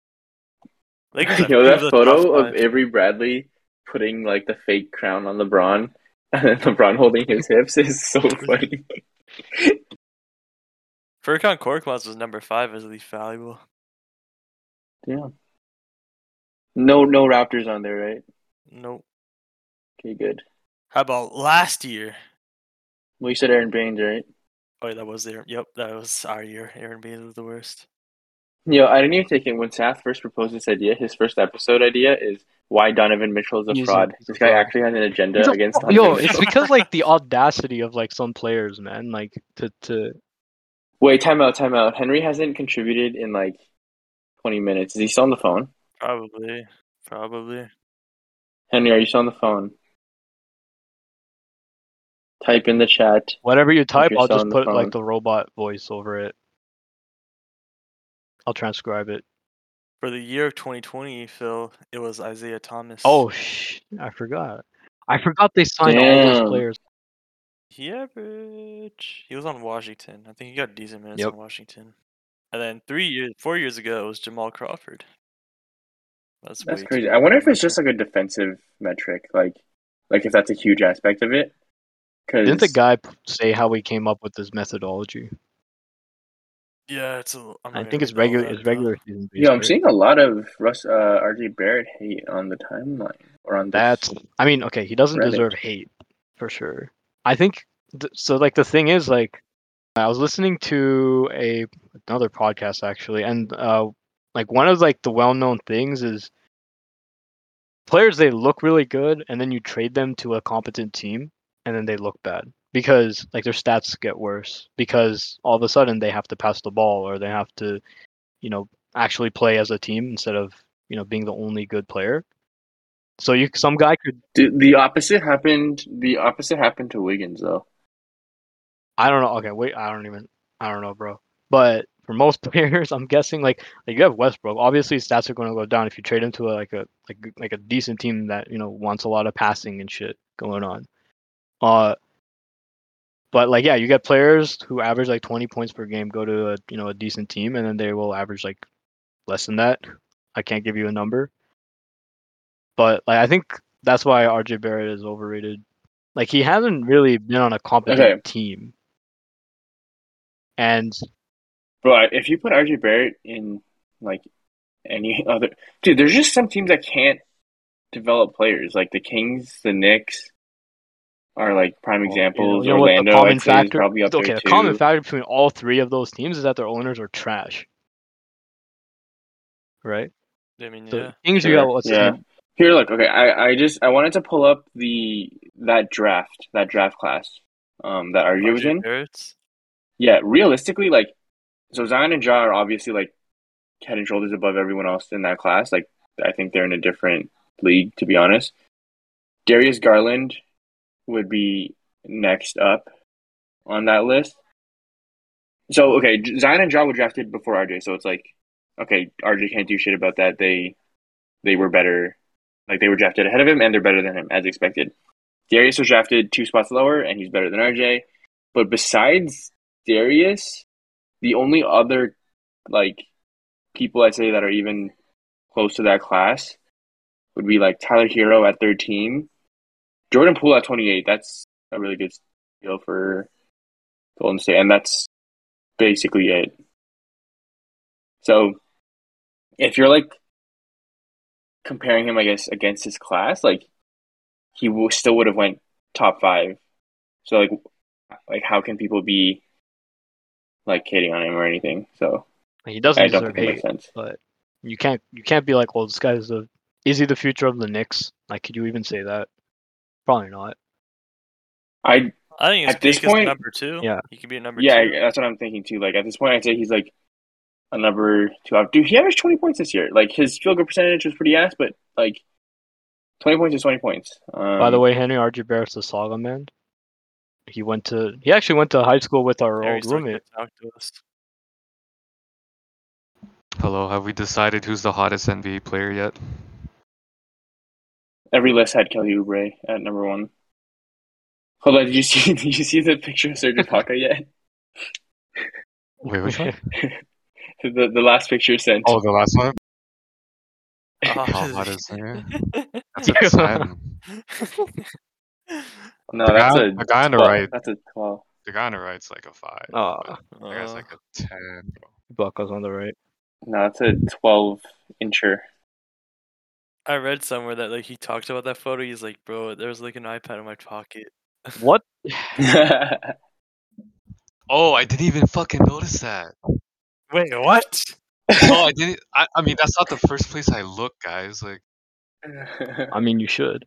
Speaker 1: Lakers have
Speaker 2: Yo,
Speaker 1: two
Speaker 2: that
Speaker 1: the
Speaker 2: photo
Speaker 1: top
Speaker 2: of
Speaker 1: five.
Speaker 2: Avery Bradley putting like the fake crown on LeBron and then LeBron holding his hips is so funny.
Speaker 1: Furkan Korkmaz was number five as least valuable.
Speaker 2: Yeah. No, no Raptors on there, right?
Speaker 1: Nope.
Speaker 2: Okay, good.
Speaker 1: How about last year?
Speaker 2: Well, you said Aaron Baines, right?
Speaker 1: Oh, yeah, that was there. Yep, that was our year. Aaron Baines was the worst.
Speaker 2: Yo, I didn't even take it. When Sath first proposed this idea, his first episode idea is why Donovan Mitchell is a
Speaker 3: He's a-
Speaker 2: fraud.
Speaker 3: he's a
Speaker 2: This guy
Speaker 3: fraud.
Speaker 2: actually had an agenda
Speaker 3: It's like,
Speaker 2: against
Speaker 3: oh, yo,
Speaker 2: Donovan
Speaker 3: it's
Speaker 2: Mitchell.
Speaker 3: because like the audacity of like some players, man. Like to to
Speaker 2: Wait, time out, time out. Henry hasn't contributed in like 20 minutes. Is he still on the phone?
Speaker 1: Probably. Probably.
Speaker 2: Henry, are you still on the phone? Type in the chat.
Speaker 3: whatever you type,
Speaker 2: you're
Speaker 3: I'll
Speaker 2: still
Speaker 3: just
Speaker 2: on the
Speaker 3: put
Speaker 2: phone.
Speaker 3: like the robot voice over it. I'll transcribe it.
Speaker 1: For the year of 2020, Phil, it was Isaiah Thomas.
Speaker 3: Oh sh! I forgot. I forgot they signed all
Speaker 2: Damn.
Speaker 3: those players.
Speaker 1: He averaged. He was on Washington. I think he got decent minutes
Speaker 3: Yep.
Speaker 1: on Washington. And then three years, four years ago, it was Jamal Crawford. That's,
Speaker 2: That's
Speaker 1: way
Speaker 2: crazy.
Speaker 1: too
Speaker 2: I wonder if
Speaker 1: low.
Speaker 2: it's just like a defensive metric, like like if that's a huge aspect of it.
Speaker 3: Didn't the
Speaker 2: Because
Speaker 3: guy p- say how he came up with this methodology?
Speaker 1: yeah, it's. A, I'm not
Speaker 3: I
Speaker 1: gonna
Speaker 3: think it's
Speaker 1: read all
Speaker 3: regular.
Speaker 1: that,
Speaker 3: It's
Speaker 1: though.
Speaker 3: regular season. based,
Speaker 2: yeah, I'm
Speaker 3: right?
Speaker 2: seeing a lot of Russ uh, RJ Barrett hate on the timeline or on this.
Speaker 3: That's. I mean, okay, he doesn't
Speaker 2: Reddit.
Speaker 3: deserve hate for sure. I think th- so. Like the thing is, like I was listening to a another podcast actually, and uh, like one of like the well-known things is players they look really good, and then you trade them to a competent team, and then they look bad because like their stats get worse because all of a sudden they have to pass the ball or they have to, you know, actually play as a team instead of you know being the only good player. So you some guy could
Speaker 2: Dude, the opposite happened. The opposite happened to Wiggins though.
Speaker 3: I don't know. Okay, wait. I don't even. I don't know, bro. But for most players, I'm guessing like like you have Westbrook. Obviously, his stats are going to go down if you trade him to a, like a like like a decent team that you know wants a lot of passing and shit going on. Uh, but like yeah, you get players who average like 20 points per game go to a you know a decent team, and then they will average like less than that. I can't give you a number. But like I think that's why RJ Barrett is overrated. Like he hasn't really been on a competent
Speaker 2: Okay.
Speaker 3: team. And
Speaker 2: But if you put RJ Barrett in like any other dude, there's just some teams that can't develop players. Like the Kings, the Knicks are like prime examples.
Speaker 3: you know what the
Speaker 2: Orlando,
Speaker 3: common
Speaker 2: I'd say, is
Speaker 3: factor
Speaker 2: probably up
Speaker 3: okay,
Speaker 2: there
Speaker 3: the
Speaker 2: too.
Speaker 3: common factor between all three of those teams is that their owners are trash. Right?
Speaker 1: I mean,
Speaker 3: So
Speaker 1: yeah.
Speaker 3: Kings you
Speaker 2: Sure,
Speaker 3: got what's his
Speaker 2: yeah.
Speaker 3: name?
Speaker 2: Here, look. Okay, I, I just I wanted to pull up the that draft that draft class um that RJ was
Speaker 1: RJ
Speaker 2: in.
Speaker 1: Barrett's.
Speaker 2: Yeah, realistically, like so Zion and Ja are obviously like head and shoulders above everyone else in that class. Like I think they're in a different league to be honest. Darius Garland would be next up on that list. So okay, J- Zion and Ja were drafted before RJ, so it's like okay, RJ can't do shit about that. They they were better, like they were drafted ahead of him, and they're better than him as expected. Darius was drafted two spots lower, and he's better than RJ. But besides Darius, the only other like people I say that are even close to that class would be like Tyler Hero at thirteen, Jordan Poole at twenty eight. That's a really good deal for Golden State, and that's basically it. So if you're like comparing him, I guess, against his class, like he w- still would have went top five. So like, like how can people be like hating on him or anything? So
Speaker 3: Like, he doesn't
Speaker 2: I don't
Speaker 3: deserve
Speaker 2: think it makes
Speaker 3: hate,
Speaker 2: sense.
Speaker 3: but you can't you can't be like, well, this guy's the is he the future of the Knicks? Like, could you even say that? Probably not.
Speaker 2: I
Speaker 1: I think his
Speaker 2: At this
Speaker 1: peak is
Speaker 2: point-
Speaker 1: number two.
Speaker 3: Yeah.
Speaker 1: he could be a number
Speaker 2: yeah,
Speaker 1: two.
Speaker 2: I- that's what I'm thinking too. Like at this point, I'd say he's like a number two. Up. Dude, he averaged 20 points this year. Like his field goal percentage was pretty ass, but like 20 points is 20 points. Um,
Speaker 3: By the way, Henry RJ Barrett's a saga man. He went to he actually went to high school with our
Speaker 1: Harry's
Speaker 3: old
Speaker 1: still gonna
Speaker 3: roommate.
Speaker 1: talk to us.
Speaker 4: Hello, have we decided who's the hottest NBA player yet?
Speaker 2: every list had Kelly Oubre at number one. Hold on, did you see? Did you see the picture of Serge Ibaka yet?
Speaker 4: Wait, which one?
Speaker 2: The the last picture sent.
Speaker 4: Oh, the last one.
Speaker 1: Oh,
Speaker 4: Oh, hottest player. That's
Speaker 3: Yeah.
Speaker 4: exciting.
Speaker 2: no,
Speaker 4: the,
Speaker 2: that's
Speaker 4: guy,
Speaker 2: a
Speaker 4: the guy on the
Speaker 2: well,
Speaker 4: right.
Speaker 2: That's a twelve.
Speaker 4: The guy on the right's like a five.
Speaker 3: Ah,
Speaker 4: The
Speaker 1: Uh.
Speaker 4: guy's like a ten. bro.
Speaker 3: Ibaka's on the right.
Speaker 2: No, that's a twelve incher.
Speaker 1: I read somewhere that like he talked about that photo. He's like, bro, there was like an iPad in my pocket.
Speaker 3: What?
Speaker 4: Oh, I didn't even fucking notice that.
Speaker 1: Wait, what?
Speaker 4: Oh, I didn't. I, I mean, that's not the first place I look, guys. Like,
Speaker 3: I mean, you should.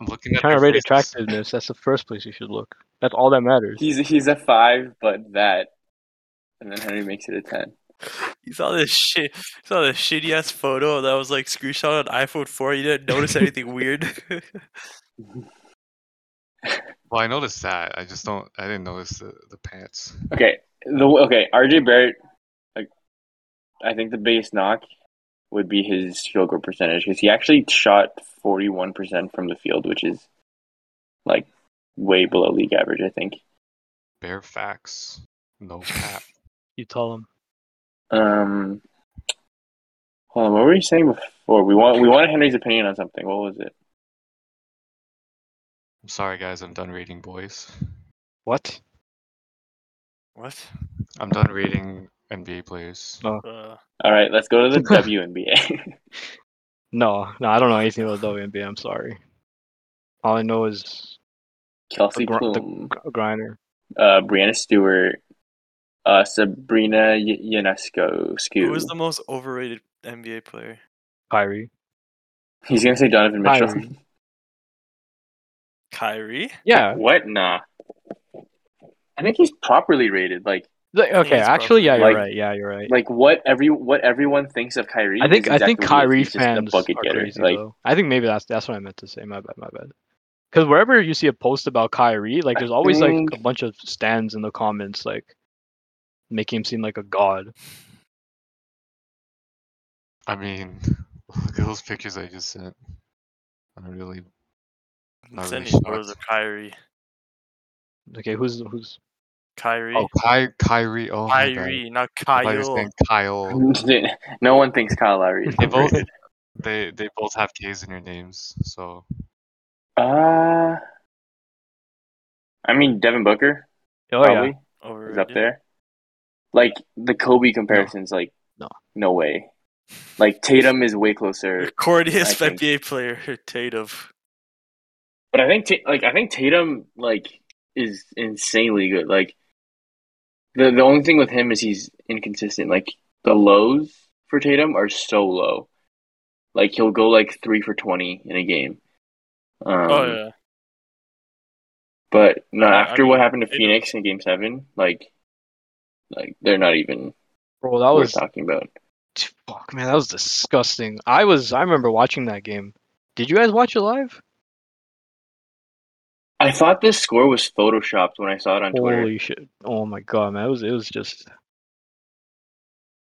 Speaker 4: I'm looking at
Speaker 3: Trying to
Speaker 4: their
Speaker 3: rate
Speaker 4: faces.
Speaker 3: attractiveness. That's the first place you should look. That's all that matters.
Speaker 2: he's he's a five, but that, and then Henry makes it a ten.
Speaker 1: You saw this shit. You saw this shitty ass photo that was like screenshot on iPhone four. You didn't notice anything weird.
Speaker 4: Well, I noticed that. I just don't. I didn't notice the, the pants.
Speaker 2: Okay, the okay RJ Barrett, like, I think the biggest knock would be his field goal percentage because he actually shot forty one percent from the field, which is like way below league average. I think.
Speaker 4: Bare facts. No cap.
Speaker 3: You tell him.
Speaker 2: Um, hold on, what were you saying before? We want we wanted Henry's opinion on something. What was it?
Speaker 4: I'm sorry, guys. I'm done reading, boys.
Speaker 3: What?
Speaker 1: what?
Speaker 4: I'm done reading NBA players.
Speaker 1: Uh,
Speaker 2: All right, let's go to the WNBA.
Speaker 3: No, no, I don't know anything about WNBA. I'm sorry. All I know is
Speaker 2: Kelsey
Speaker 3: The gr- the-
Speaker 2: Plum,
Speaker 3: Griner.
Speaker 2: uh, Brianna Stewart, uh, Sabrina y- Ionesco.
Speaker 1: who is
Speaker 2: Skew.
Speaker 1: the most overrated NBA player?
Speaker 3: Kyrie.
Speaker 2: He's gonna say Donovan Mitchell.
Speaker 3: Kyrie.
Speaker 1: Kyrie.
Speaker 3: Yeah.
Speaker 2: What? Nah. I think he's properly rated. Like,
Speaker 3: Like,
Speaker 1: think
Speaker 3: okay.
Speaker 1: it's
Speaker 3: Actually, yeah, you're
Speaker 2: Like-
Speaker 3: right. Yeah, you're right.
Speaker 2: like what every what everyone thinks of Kyrie.
Speaker 3: I think
Speaker 2: is
Speaker 3: I think
Speaker 2: exactly what he
Speaker 3: Kyrie
Speaker 2: is. He's just a
Speaker 3: fans are
Speaker 2: bucket getter.
Speaker 3: crazy
Speaker 2: Like,
Speaker 3: though. I think maybe that's that's what I meant to say. My bad. My bad. Because wherever you see a post about Kyrie, like
Speaker 2: I
Speaker 3: there's always
Speaker 2: think-
Speaker 3: like a bunch of stands in the comments, like making him seem like a god.
Speaker 4: I mean, look at those pictures I just sent. I'm really.
Speaker 1: I'm
Speaker 4: Not really
Speaker 1: sending
Speaker 4: shocked.
Speaker 1: photos of Kyrie.
Speaker 3: Okay, who's who's?
Speaker 1: Kyrie.
Speaker 4: Oh, Ky- Kyrie. Oh, my bad.
Speaker 1: Kyrie, not
Speaker 4: I thought you were
Speaker 1: Kyle.
Speaker 4: saying Kyle.
Speaker 2: no one thinks Kyle Lowry. Is
Speaker 4: They both.
Speaker 2: overrated.
Speaker 4: They they both have K's in their names. So
Speaker 2: Uh, I mean Devin Booker
Speaker 3: Oh
Speaker 2: probably
Speaker 3: yeah,
Speaker 1: Overrated.
Speaker 2: is up there. Like the Kobe comparisons, like
Speaker 3: No.
Speaker 2: no way. Like Tatum is way closer,
Speaker 1: The corniest
Speaker 2: I think.
Speaker 1: NBA player, Tatum.
Speaker 4: Um,
Speaker 2: but I think Ta- like I think Tatum like is insanely good. Like the the only thing with him is he's inconsistent. Like the lows for Tatum are so low. Like he'll go like three for twenty in a game. Um,
Speaker 1: oh yeah.
Speaker 2: But no,
Speaker 1: I- I
Speaker 2: after
Speaker 1: mean,
Speaker 2: what happened to
Speaker 1: it-
Speaker 2: Phoenix in Game Seven, like, like they're not even
Speaker 3: bro, that
Speaker 2: worth
Speaker 3: was
Speaker 2: talking about.
Speaker 3: fuck, man, that was disgusting. I was I remember watching that game. Did you guys watch it live?
Speaker 2: I thought this score was photoshopped when I saw it on Twitter.
Speaker 3: Holy shit! Oh my god, man, it was it was just.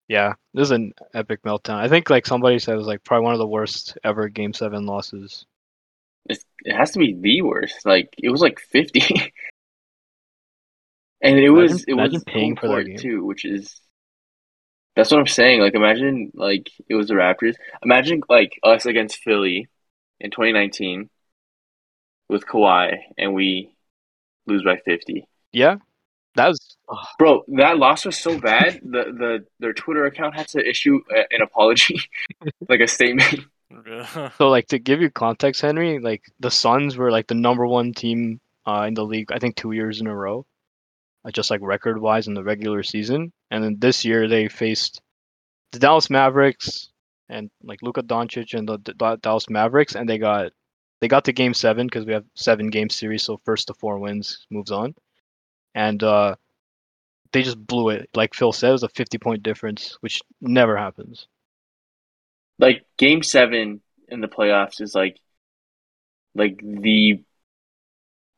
Speaker 3: Yeah, this is an epic meltdown. I think like somebody said it was like probably one of the worst ever Game Seven losses.
Speaker 2: It's, it has to be the worst. Like it was like fifty, and it was
Speaker 3: Imagine-
Speaker 2: it was
Speaker 3: imagine paying
Speaker 2: home
Speaker 3: for that
Speaker 2: court
Speaker 3: game.
Speaker 2: too, which is that's what I'm saying. Like imagine like it was the Raptors. Imagine like us against Philly in 2019 with Kawhi, and we lose by fifty.
Speaker 3: Yeah, that was. ugh.
Speaker 2: Bro, that loss was so bad. The the their Twitter account had to issue a, an apology, like a statement.
Speaker 3: So like to give you context, Henry, like the Suns were like the number one team uh, in the league, I think two years in a row, uh, just like record wise in the regular season. And then this year they faced the Dallas Mavericks and like Luka Doncic and the, D- Da- Dallas Mavericks, and they got they got to Game Seven because we have seven game series, so first to four wins moves on, and uh, they just blew it. Like Phil said, it was a fifty point difference, which never happens.
Speaker 2: Like game seven in the playoffs is like like the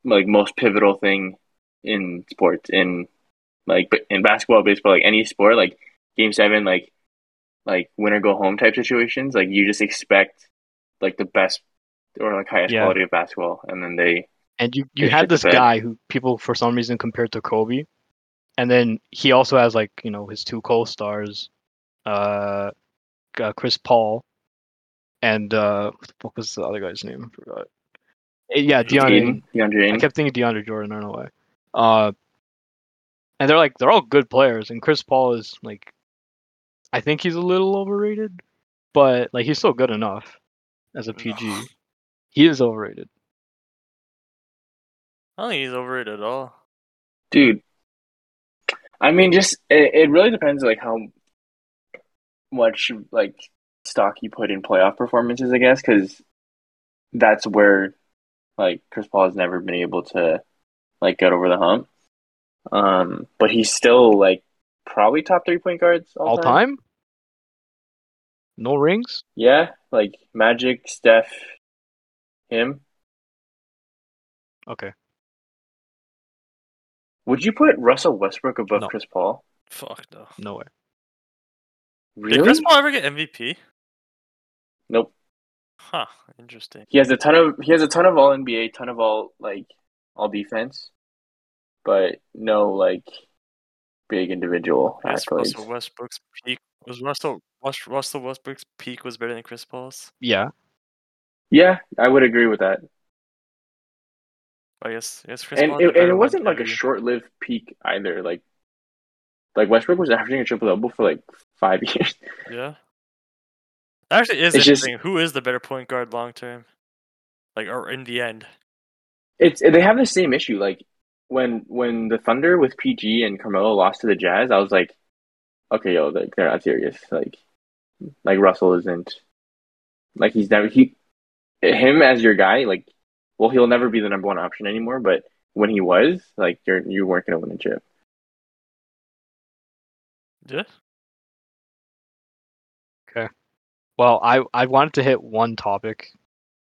Speaker 2: like most pivotal thing in sports in like b- in basketball, baseball, like any sport, like game seven, like like win or go home type situations. Like you just expect like the best or like highest
Speaker 3: Yeah.
Speaker 2: quality of basketball, and then they
Speaker 3: And you, you
Speaker 2: They
Speaker 3: had
Speaker 2: should
Speaker 3: this
Speaker 2: bet.
Speaker 3: guy who people for some reason compared to Kobe, and then he also has like you know his two co-stars, uh, uh Chris Paul, and uh what was the other guy's name? I forgot. Eh, Yeah, DeAndre. Ayton.
Speaker 2: Aiden, DeAndre
Speaker 3: I
Speaker 2: Ayton.
Speaker 3: kept thinking DeAndre Jordan. I don't know why. Uh, and they're like they're all good players, and Chris Paul is like, I think he's a little overrated, but like he's still good enough as a PG. he is overrated.
Speaker 1: I don't think he's over it at all.
Speaker 2: dude. I mean, just it, it really depends like how much like stock you put in playoff performances, I guess, because that's where like Chris Paul has never been able to like get over the hump. Um, but he's still like probably top three point guards all,
Speaker 3: all
Speaker 2: time.
Speaker 3: time? No rings?
Speaker 2: Yeah, like Magic, Steph, him.
Speaker 3: Okay.
Speaker 2: Would you put Russell Westbrook above
Speaker 3: No.
Speaker 2: Chris Paul?
Speaker 1: Fuck no.
Speaker 3: No way.
Speaker 1: Did
Speaker 2: Really?
Speaker 1: Chris Paul ever get MVP?
Speaker 2: Nope.
Speaker 1: Huh. Interesting.
Speaker 2: He has a ton of he has a ton of all NBA, ton of all like all defense, but no like big individual
Speaker 1: I guess
Speaker 2: accolades.
Speaker 1: Russell Westbrook's peak was Russell Rus- Russell Westbrook's peak was better than Chris Paul's.
Speaker 3: Yeah.
Speaker 2: Yeah, I would agree with that.
Speaker 1: I guess. I guess Chris
Speaker 2: And
Speaker 1: Paul had
Speaker 2: it,
Speaker 1: a
Speaker 2: and
Speaker 1: better
Speaker 2: it
Speaker 1: one
Speaker 2: wasn't like a
Speaker 1: every-
Speaker 2: short-lived peak either. Like like Westbrook was averaging a triple-double for like five years.
Speaker 1: Yeah. That actually is
Speaker 2: It's just-
Speaker 1: interesting. Who is the better point guard long term? Like or in the end.
Speaker 2: It's they have the same issue. Like when when the Thunder with PG and Carmelo lost to the Jazz, I was like, okay, yo, like they're not serious. Like like Russell isn't like he's never he him as your guy. Like well, he'll never be the number one option anymore. But when he was, like you're you weren't gonna win a chip.
Speaker 1: Yeah.
Speaker 3: Well, I, I wanted to hit one topic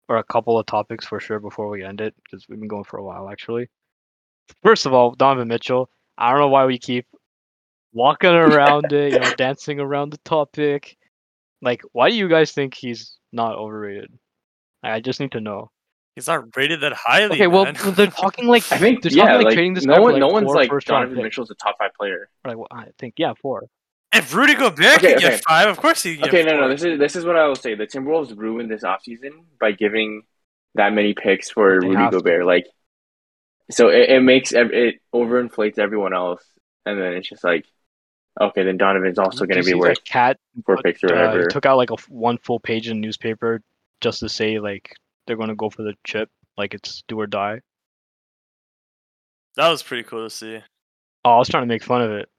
Speaker 3: or a couple of topics for sure before we end it because we've been going for a while actually. First of all, Donovan Mitchell, I don't know why we keep walking around it, you know, dancing around the topic. Like, why do you guys think he's not overrated? I I just need to know.
Speaker 1: He's not rated that highly.
Speaker 3: Okay, well,
Speaker 1: man.
Speaker 3: they're talking like
Speaker 2: I think
Speaker 3: they're
Speaker 2: yeah,
Speaker 3: talking like,
Speaker 2: like,
Speaker 3: trading this
Speaker 2: no
Speaker 3: guy
Speaker 2: one
Speaker 3: for like
Speaker 2: no one's
Speaker 3: four
Speaker 2: like
Speaker 3: first-round
Speaker 2: Donovan
Speaker 3: picks.
Speaker 2: Mitchell's a top five player.
Speaker 3: Like, well, I think yeah, four.
Speaker 1: If Rudy Gobert
Speaker 2: Okay,
Speaker 1: can
Speaker 2: okay.
Speaker 1: get five, of course he can
Speaker 2: Okay,
Speaker 1: get
Speaker 2: no,
Speaker 1: four.
Speaker 2: no. This is this is what I will say. The Timberwolves ruined this offseason by giving that many picks for
Speaker 3: They
Speaker 2: Rudy
Speaker 3: have to.
Speaker 2: Gobert. Like, so it, it makes ev- it overinflates everyone else, and then it's just like, okay, then Donovan's also going to be worth
Speaker 3: cat
Speaker 2: four picks or
Speaker 3: uh,
Speaker 2: whatever.
Speaker 3: took out like a f- one full page in newspaper just to say like they're going to go for the chip, like it's do or die.
Speaker 1: That was pretty cool to see.
Speaker 3: Oh, I was trying to make fun of it.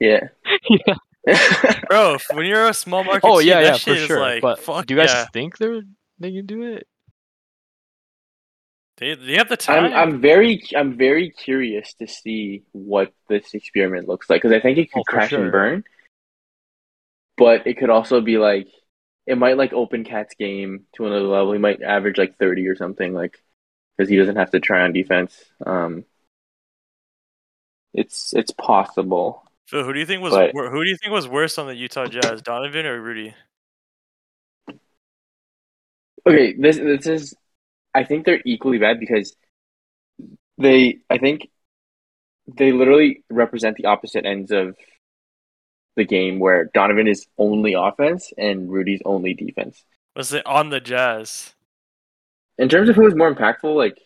Speaker 2: yeah.
Speaker 3: Yeah.
Speaker 1: Bro, if- when you're a small market
Speaker 3: Oh
Speaker 1: team,
Speaker 3: yeah,
Speaker 1: that
Speaker 3: yeah, for
Speaker 1: shit is
Speaker 3: sure.
Speaker 1: like,
Speaker 3: but
Speaker 1: fuck
Speaker 3: do you guys
Speaker 1: yeah.
Speaker 3: think they're they can do it?
Speaker 1: They, they have the time.
Speaker 2: I'm I'm very I'm very curious to see what this experiment looks like because I think it could
Speaker 3: Oh, for
Speaker 2: crash
Speaker 3: sure.
Speaker 2: and burn, but it could also be like it might like open Cat's game to another level. He might average like thirty or something, like because he doesn't have to try on defense. Um, it's it's possible.
Speaker 1: So who do you think was
Speaker 2: But-
Speaker 1: wor- who do you think was worse on the Utah Jazz, Donovan or Rudy?
Speaker 2: Okay, this this is I think they're equally bad because they I think they literally represent the opposite ends of the game where Donovan is only offense and Rudy's only defense.
Speaker 1: Was it on the Jazz?
Speaker 2: In terms of who was more impactful, like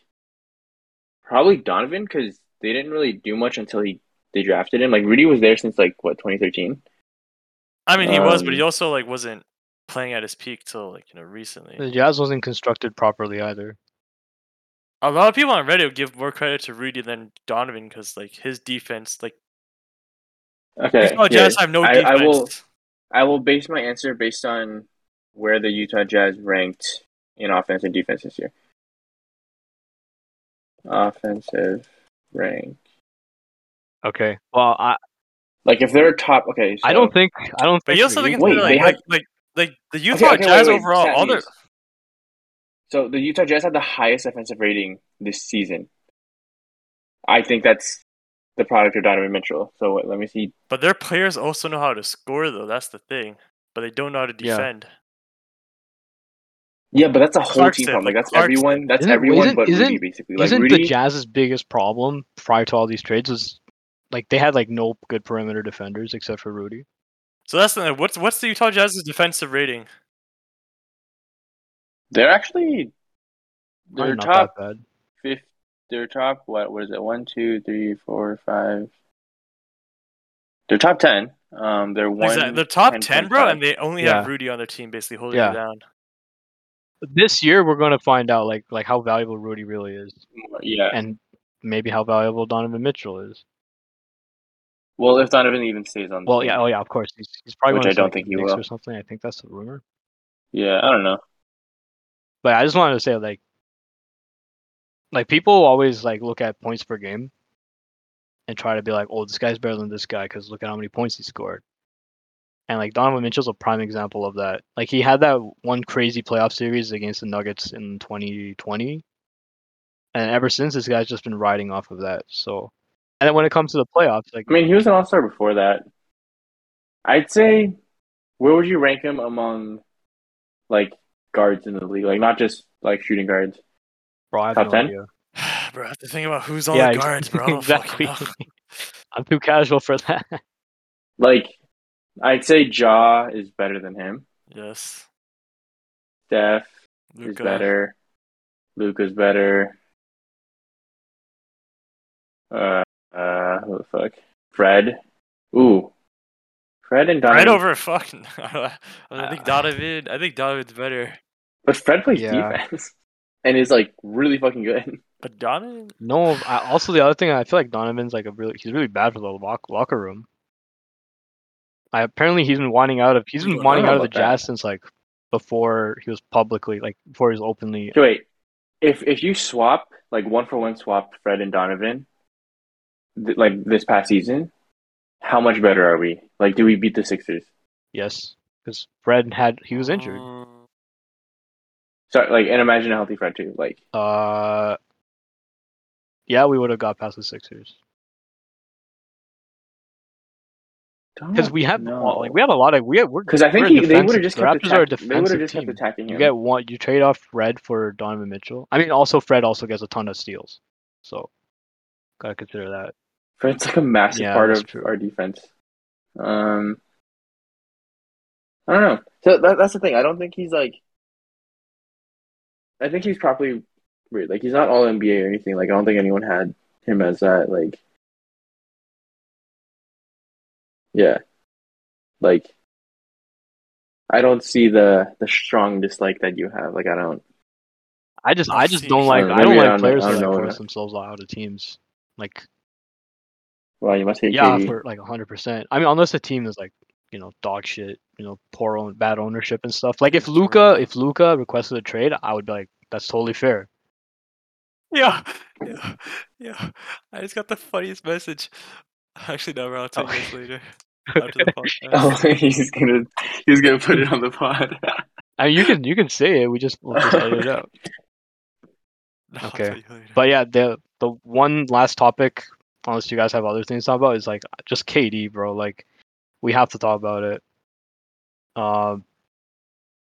Speaker 2: probably Donovan because they didn't really do much until he they drafted him. Like Rudy was there since like what 2013.
Speaker 1: I mean, he was, but he
Speaker 2: Um,
Speaker 1: also like wasn't playing at his peak till like you know recently.
Speaker 3: The Jazz wasn't constructed properly either.
Speaker 1: A lot of people on Reddit would give more credit to Rudy than Donovan because like his defense, like
Speaker 2: Okay.
Speaker 1: Utah
Speaker 2: yeah,
Speaker 1: Jazz have no
Speaker 2: I-
Speaker 1: defense.
Speaker 2: I will- I will base my answer based on where the Utah Jazz ranked in offense and defense this year. Offensive rank.
Speaker 3: Okay. Well, I
Speaker 2: Like if they're top, okay. So,
Speaker 3: I don't think I don't.
Speaker 1: But
Speaker 3: think
Speaker 1: you also
Speaker 3: the
Speaker 1: think
Speaker 3: Heat-
Speaker 2: Wait,
Speaker 1: like,
Speaker 2: they
Speaker 1: like,
Speaker 2: had-
Speaker 1: like like the Utah
Speaker 2: okay, wait,
Speaker 1: Jazz
Speaker 2: wait,
Speaker 1: overall,
Speaker 2: stat
Speaker 1: all their
Speaker 2: leaves. So the Utah Jazz had the highest offensive rating this season. I think that's the product of Donovan Mitchell. So wait, let me see.
Speaker 1: but their players also know how to score though. That's the thing. But they don't know how to
Speaker 3: Yeah.
Speaker 1: defend.
Speaker 2: Yeah, but that's a whole
Speaker 1: Clarkson,
Speaker 2: team problem. Like
Speaker 1: like
Speaker 2: that's
Speaker 1: Clarkson.
Speaker 2: everyone. That's
Speaker 3: Isn't-
Speaker 2: everyone
Speaker 3: isn't-
Speaker 2: but Rudy,
Speaker 3: isn't-
Speaker 2: basically. Like
Speaker 3: Isn't
Speaker 2: Rudy.
Speaker 3: the Jazz's biggest problem prior to all these trades was like they had like no good perimeter defenders except for Rudy.
Speaker 1: So that's the what's what's the Utah Jazz's defensive rating?
Speaker 2: they're actually.
Speaker 3: Probably
Speaker 2: They're
Speaker 3: not
Speaker 2: top
Speaker 3: that bad.
Speaker 2: fifth. They're top. What was it? One, two, three, four, five. They're top ten. Um, they're one.
Speaker 1: Like, the- the top
Speaker 2: 10,
Speaker 1: ten, bro, and they only have
Speaker 3: Yeah.
Speaker 1: Rudy on their team, basically holding
Speaker 3: Yeah.
Speaker 1: it down.
Speaker 3: This year we're gonna find out like like how valuable Rudy really is,
Speaker 2: Yeah.
Speaker 3: and maybe how valuable Donovan Mitchell is.
Speaker 2: Well, if Donovan even stays on. the
Speaker 3: Well,
Speaker 2: team.
Speaker 3: yeah, oh yeah, of course he's, he's probably
Speaker 2: Which
Speaker 3: going
Speaker 2: I
Speaker 3: to
Speaker 2: don't
Speaker 3: like, the
Speaker 2: think he
Speaker 3: Knicks
Speaker 2: will.
Speaker 3: or something. I think that's the rumor.
Speaker 2: Yeah, I don't know.
Speaker 3: But I just wanted to say like like people always like look at points per game and try to be like, "Oh, this guy's better than this guy cuz look at how many points he scored." And like Donovan Mitchell's a prime example of that. Like he had that one crazy playoff series against the Nuggets in 2020. And ever since this guy's just been riding off of that. So and then when it comes to the playoffs, like
Speaker 2: I mean, he was an All Star before that. I'd say, where would you rank him among, like, guards in the league? Like, not just like shooting guards.
Speaker 3: bro, I have
Speaker 2: top
Speaker 3: no
Speaker 2: 10?
Speaker 3: idea.
Speaker 1: bro, I have to think about who's on
Speaker 3: Yeah,
Speaker 1: the
Speaker 3: ex-
Speaker 1: guards, bro. I don't fucking
Speaker 3: exactly.
Speaker 1: know.
Speaker 3: I'm too casual for that.
Speaker 2: Like, I'd say Jaw is better than him.
Speaker 1: Yes,
Speaker 2: Steph is
Speaker 1: Luka.
Speaker 2: better. Luca's better. Uh, uh, who the fuck? Fred. Ooh, Fred and Donovan.
Speaker 1: Right over fucking. I think Donovan. I think Donovan's better.
Speaker 2: But Fred plays
Speaker 3: Yeah.
Speaker 2: defense and is like really fucking good.
Speaker 1: But Donovan,
Speaker 3: No, I, also the other thing I feel like Donovan's like a really he's really bad for the lock, locker room. I apparently he's been wanting out of he's
Speaker 2: Ooh, I
Speaker 3: been
Speaker 2: don't
Speaker 3: wanting
Speaker 2: know
Speaker 3: out of the
Speaker 2: about that.
Speaker 3: Jazz since like before he was publicly like before he was openly
Speaker 2: Okay, wait. If if you swap like one for one swap Fred and Donovan, th- like this past season, how much better are we? Like, do we beat the Sixers?
Speaker 3: yes because Fred had he was injured.
Speaker 1: Mm,
Speaker 2: Sorry, like, and imagine a healthy Fred too. Like,
Speaker 3: Uh, yeah, we would have got past the Sixers because we have like we have a lot of we have we're
Speaker 2: because I think
Speaker 3: we're
Speaker 2: he, they
Speaker 3: defensive-
Speaker 2: would have just
Speaker 3: the
Speaker 2: kept
Speaker 3: Raptors are a
Speaker 2: attack- they would have
Speaker 3: defensive
Speaker 2: just kept
Speaker 3: team.
Speaker 2: attacking
Speaker 3: You
Speaker 2: him.
Speaker 3: get one. You trade off Fred for Donovan Mitchell. I mean, also Fred also gets a ton of steals, so gotta consider that.
Speaker 2: Fred's like a massive
Speaker 3: Yeah,
Speaker 2: part
Speaker 3: that's
Speaker 2: of
Speaker 3: true.
Speaker 2: our defense. Um, I don't know. So that, that's the thing. I don't think he's like. I think he's probably weird. Like he's not all NBA or anything. Like I don't think anyone had him as that. Like, yeah, like I don't see the the strong dislike that you have. Like I don't.
Speaker 3: I just,
Speaker 1: I'll
Speaker 3: I just
Speaker 1: see.
Speaker 3: don't like,
Speaker 2: Uh,
Speaker 3: I don't
Speaker 2: maybe I
Speaker 3: like
Speaker 2: don't know-
Speaker 3: players
Speaker 2: I
Speaker 3: who
Speaker 2: don't
Speaker 3: like,
Speaker 2: know
Speaker 3: force
Speaker 2: that.
Speaker 3: themselves out of teams. Like,
Speaker 2: Well, you must hate
Speaker 3: yeah,
Speaker 2: KD.
Speaker 3: for like hundred percent. I mean, unless the team is like, you know, dog shit, you know, poor own, bad ownership and stuff. Like, if Luca, if Luca requested a trade, I would be like, that's totally fair.
Speaker 1: yeah, yeah, yeah. I just got the funniest message. Actually, no, bro. I'll
Speaker 3: Oh.
Speaker 1: tell you this later after the podcast.
Speaker 2: Oh, he's gonna he's gonna put it on the pod.
Speaker 3: I mean, you can, you can say it. We just, we'll just edit it out.
Speaker 1: No, I'll
Speaker 3: okay.
Speaker 1: tell you later.
Speaker 3: But yeah, the the one last topic, unless you guys have other things to talk about, is like just KD, bro. Like, we have to talk about it. Um,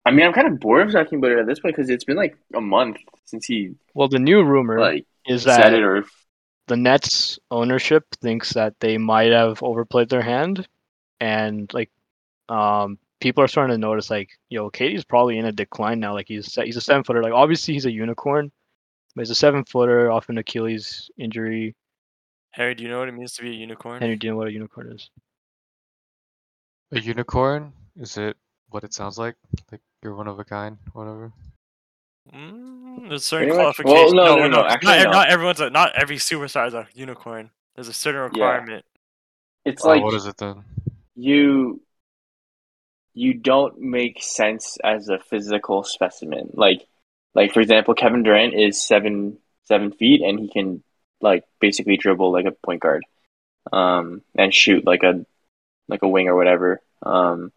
Speaker 2: I mean, I'm kind of bored of talking about it at this point because it's been like a month since he
Speaker 3: well, the new rumor
Speaker 2: like
Speaker 3: is
Speaker 2: said
Speaker 3: that
Speaker 2: it or
Speaker 3: the Nets ownership thinks that they might have overplayed their hand, and like, um, people are starting to notice like, yo, KD's probably in a decline now. Like, he's se- he's a seven footer. Like, obviously he's a unicorn, but he's a seven footer off an Achilles injury.
Speaker 1: Harry, do you know what it means to be a unicorn?
Speaker 3: And you know what a unicorn is?
Speaker 4: A unicorn? Is it what it sounds like. Like you're one of a kind, whatever.
Speaker 1: Mm, there's certain
Speaker 2: Pretty much- well,
Speaker 1: qualifications.
Speaker 2: no, no, no, actually
Speaker 1: not, ev-
Speaker 2: no.
Speaker 1: not everyone's a, not every superstar is a unicorn. There's a certain requirement.
Speaker 2: It's
Speaker 4: Oh,
Speaker 2: like
Speaker 4: what is it then?
Speaker 2: you you don't make sense as a physical specimen. Like like for example, Kevin Durant is seven seven feet and he can like basically dribble like a point guard. Um and shoot like a like a wing or whatever. Um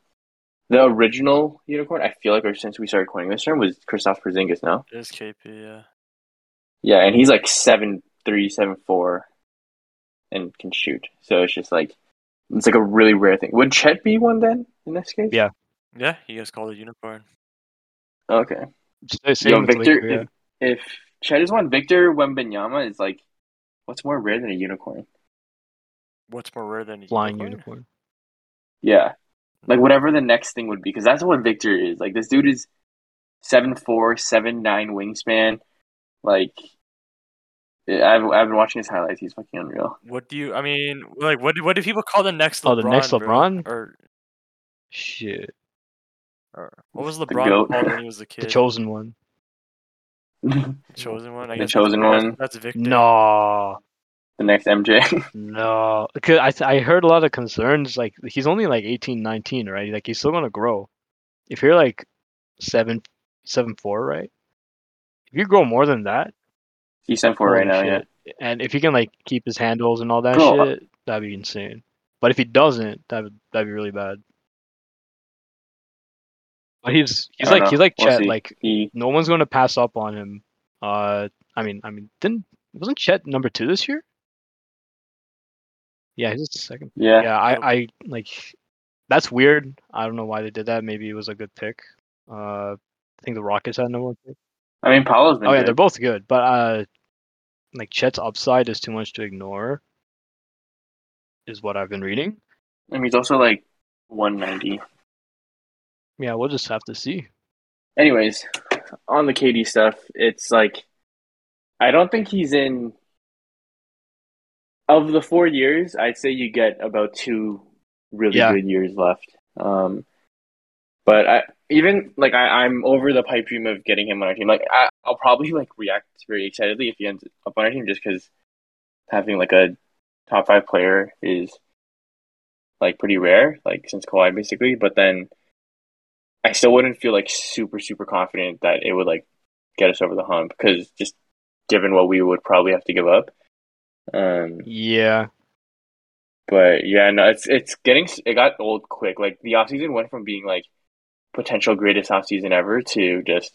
Speaker 2: the original unicorn, I feel like ever since we started coining this term was Christoph Porzingis, no?
Speaker 1: There's KP, yeah.
Speaker 2: Yeah, and he's like seven three, seven four, and can shoot. So it's just like it's like a really rare thing. Would Chet be one then in this case?
Speaker 3: Yeah.
Speaker 1: Yeah, you guys called a unicorn.
Speaker 2: Oh, Okay.
Speaker 3: Sa- Same
Speaker 2: Yo,
Speaker 3: with
Speaker 2: Victor,
Speaker 3: League, yeah.
Speaker 2: if, if Chet is one, Victor Wembanyama is like what's more rare than a unicorn?
Speaker 1: What's more rare than a
Speaker 3: flying
Speaker 1: unicorn?
Speaker 3: unicorn.
Speaker 2: Yeah, like whatever the next thing would be, because that's what Victor is. Like this dude is seven four, seven nine wingspan. Like eh, I've I've been watching his highlights. He's fucking unreal.
Speaker 1: What do you? I mean, like, what? do- What do people call the next LeBron?
Speaker 3: Oh, the next
Speaker 1: bro?
Speaker 3: LeBron?
Speaker 1: Or,
Speaker 3: Shit,
Speaker 1: or what was
Speaker 2: GOAT.
Speaker 1: LeBron called when he was a kid?
Speaker 3: the chosen one.
Speaker 2: the
Speaker 1: chosen one. I
Speaker 2: The
Speaker 1: guess that's-
Speaker 2: chosen
Speaker 1: that's-
Speaker 2: one.
Speaker 1: That's Victor.
Speaker 3: No,
Speaker 2: next MJ.
Speaker 3: no. 'Cause I th- I heard a lot of concerns. Like he's only like 18, 19, right? Like he's still gonna grow. If you're like seven, seven four, right? If you grow more than that,
Speaker 2: He's seven four right now.
Speaker 3: holy
Speaker 2: Yeah.
Speaker 3: shit. And if he can like keep his handles and all that
Speaker 2: Bro, uh,
Speaker 3: shit, that'd be insane. But if he doesn't, that would that'd be really bad. But he's he's
Speaker 2: I don't
Speaker 3: like
Speaker 2: know.
Speaker 3: he's like
Speaker 2: We'll
Speaker 3: Chet,
Speaker 2: see.
Speaker 3: like
Speaker 2: He
Speaker 3: no one's going to pass up on him. Uh, I mean, I mean, didn't wasn't Chet number two this year? Yeah, he's the second.
Speaker 2: yeah.
Speaker 3: Yeah, I, I like that's weird. I don't know why they did that. Maybe it was a good pick. Uh, I think the Rockets had no one. Pick.
Speaker 2: I mean Paolo's been
Speaker 3: Oh yeah,
Speaker 2: good.
Speaker 3: they're both good, but uh, like Chet's upside is too much to ignore. Is what I've been reading.
Speaker 2: I mean he's also like one ninety.
Speaker 3: Yeah, we'll just have to see.
Speaker 2: Anyways, on the KD stuff, it's like I don't think he's in of the four years, I'd say you get about two really
Speaker 3: Yeah.
Speaker 2: good years left. Um but I even like I, I'm over the pipe dream of getting him on our team. Like I, I'll probably like react very excitedly if he ends up on our team just because having like a top five player is like pretty rare, like since Kawhi basically. But then I still wouldn't feel like super super confident that it would like get us over the hump because just given what we would probably have to give up. Um,
Speaker 3: Yeah,
Speaker 2: but yeah, no, it's it's getting it got old quick. Like the offseason went from being like potential greatest offseason ever to just